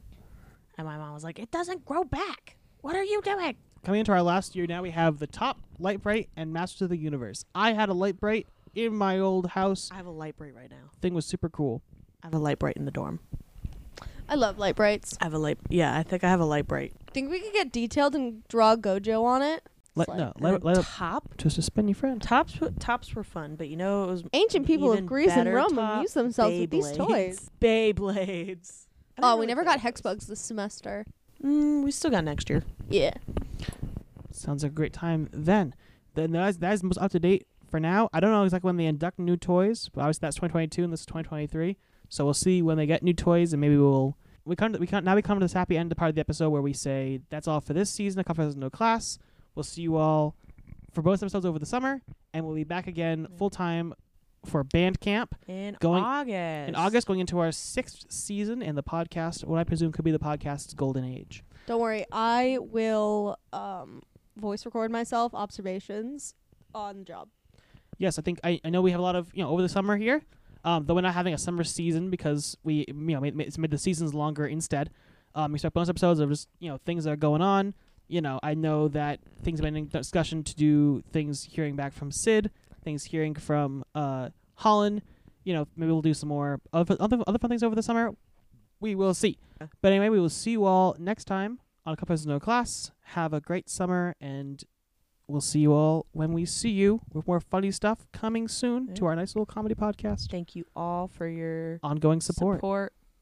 And my mom was like, it doesn't grow back. What are you doing? Coming into our last year now, we have the top Light Bright and Masters of the Universe. I had a Light Bright in my old house. I have a light bright right now. Thing was super cool. I have a light bright in the dorm. I love light brights. I have a light. Yeah, I think I have a light bright. Think we could get detailed and draw Gojo on it? Let, Slut. no, And let, then let top to suspend your friend. tops w- tops were fun, but you know it was Ancient people of even Greece and better Rome top, amused themselves with these toys. Beyblades. I don't Oh, we really never play got hex those. bugs this semester. Mm, we still got next year. Yeah. Sounds like a great time then. Then that is, that is the most up to date for now. I don't know exactly when they induct new toys, but obviously that's 2022 and this is 2023. So we'll see when they get new toys and maybe we'll we come to, we come, now we come to this happy end of part of the episode where we say that's all for this season. A couple of no class. We'll see you all for both episodes over the summer, and we'll be back again full time for band camp In Going- August. in August, going into our sixth season in the podcast, what I presume could be the podcast's golden age. Don't worry, I will um, voice record myself observations on the job. yes, I think I, I know we have a lot of you know over the summer here. Um, though we're not having a summer season because we you know made, made, it's made the seasons longer instead. Um, we expect bonus episodes of just you know things that are going on. You know, I know that things have been in discussion to do things hearing back from Sid, things hearing from uh, Holland. You know, maybe we'll do some more other other, other fun things over the summer. We will see. But anyway, we will see you all next time on a couple of no class. Have a great summer and we'll see you all when we see you with more funny stuff coming soon to Yeah. our nice little comedy podcast. Thank you all for your Ongoing support.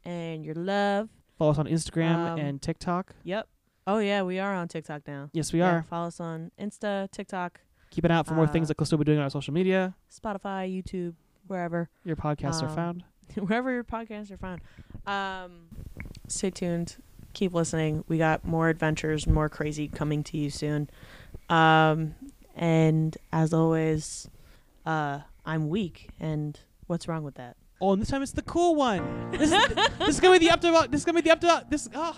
and your love. Follow us on Instagram Um, and TikTok. Yep. Oh yeah, we are on TikTok now. Yes, we Yeah, are. Follow us on Insta, TikTok, Keep an eye out for more things uh, that Callisto will be doing on our social media. Spotify, YouTube, wherever. Your podcasts are um, found. *laughs* wherever your podcasts are found. Um, stay tuned. Keep listening. We got more adventures, more crazy coming to you soon. Um, and as always, uh, I'm weak. And what's wrong with that? Oh, and this time it's the cool one. *laughs* This is, this is gonna be the up to this is gonna be the up to this ah,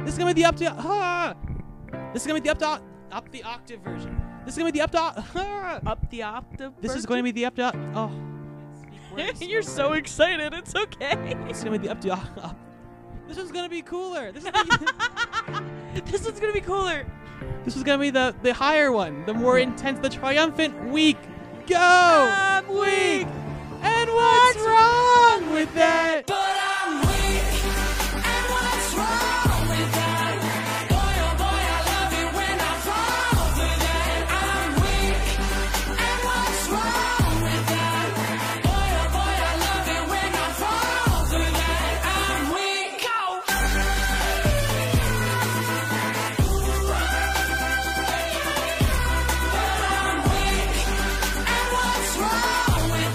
this is gonna be the up to ah, this is gonna be the up to up the octave version. This is gonna be the up to ah, Up the opta. this is going to be the up to oh. *laughs* You're so excited. It's okay. It's gonna be the up to up. This is gonna be cooler. This is the, *laughs* this one's gonna be cooler. This was gonna be the the higher one, the more intense, the triumphant week. Go! I'm weak. And what's wrong with that? What's wrong with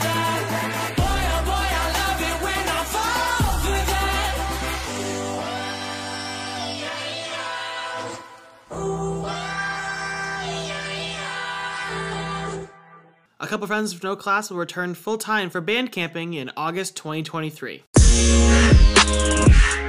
couple friends with no class will return full time for band camping in August 2023.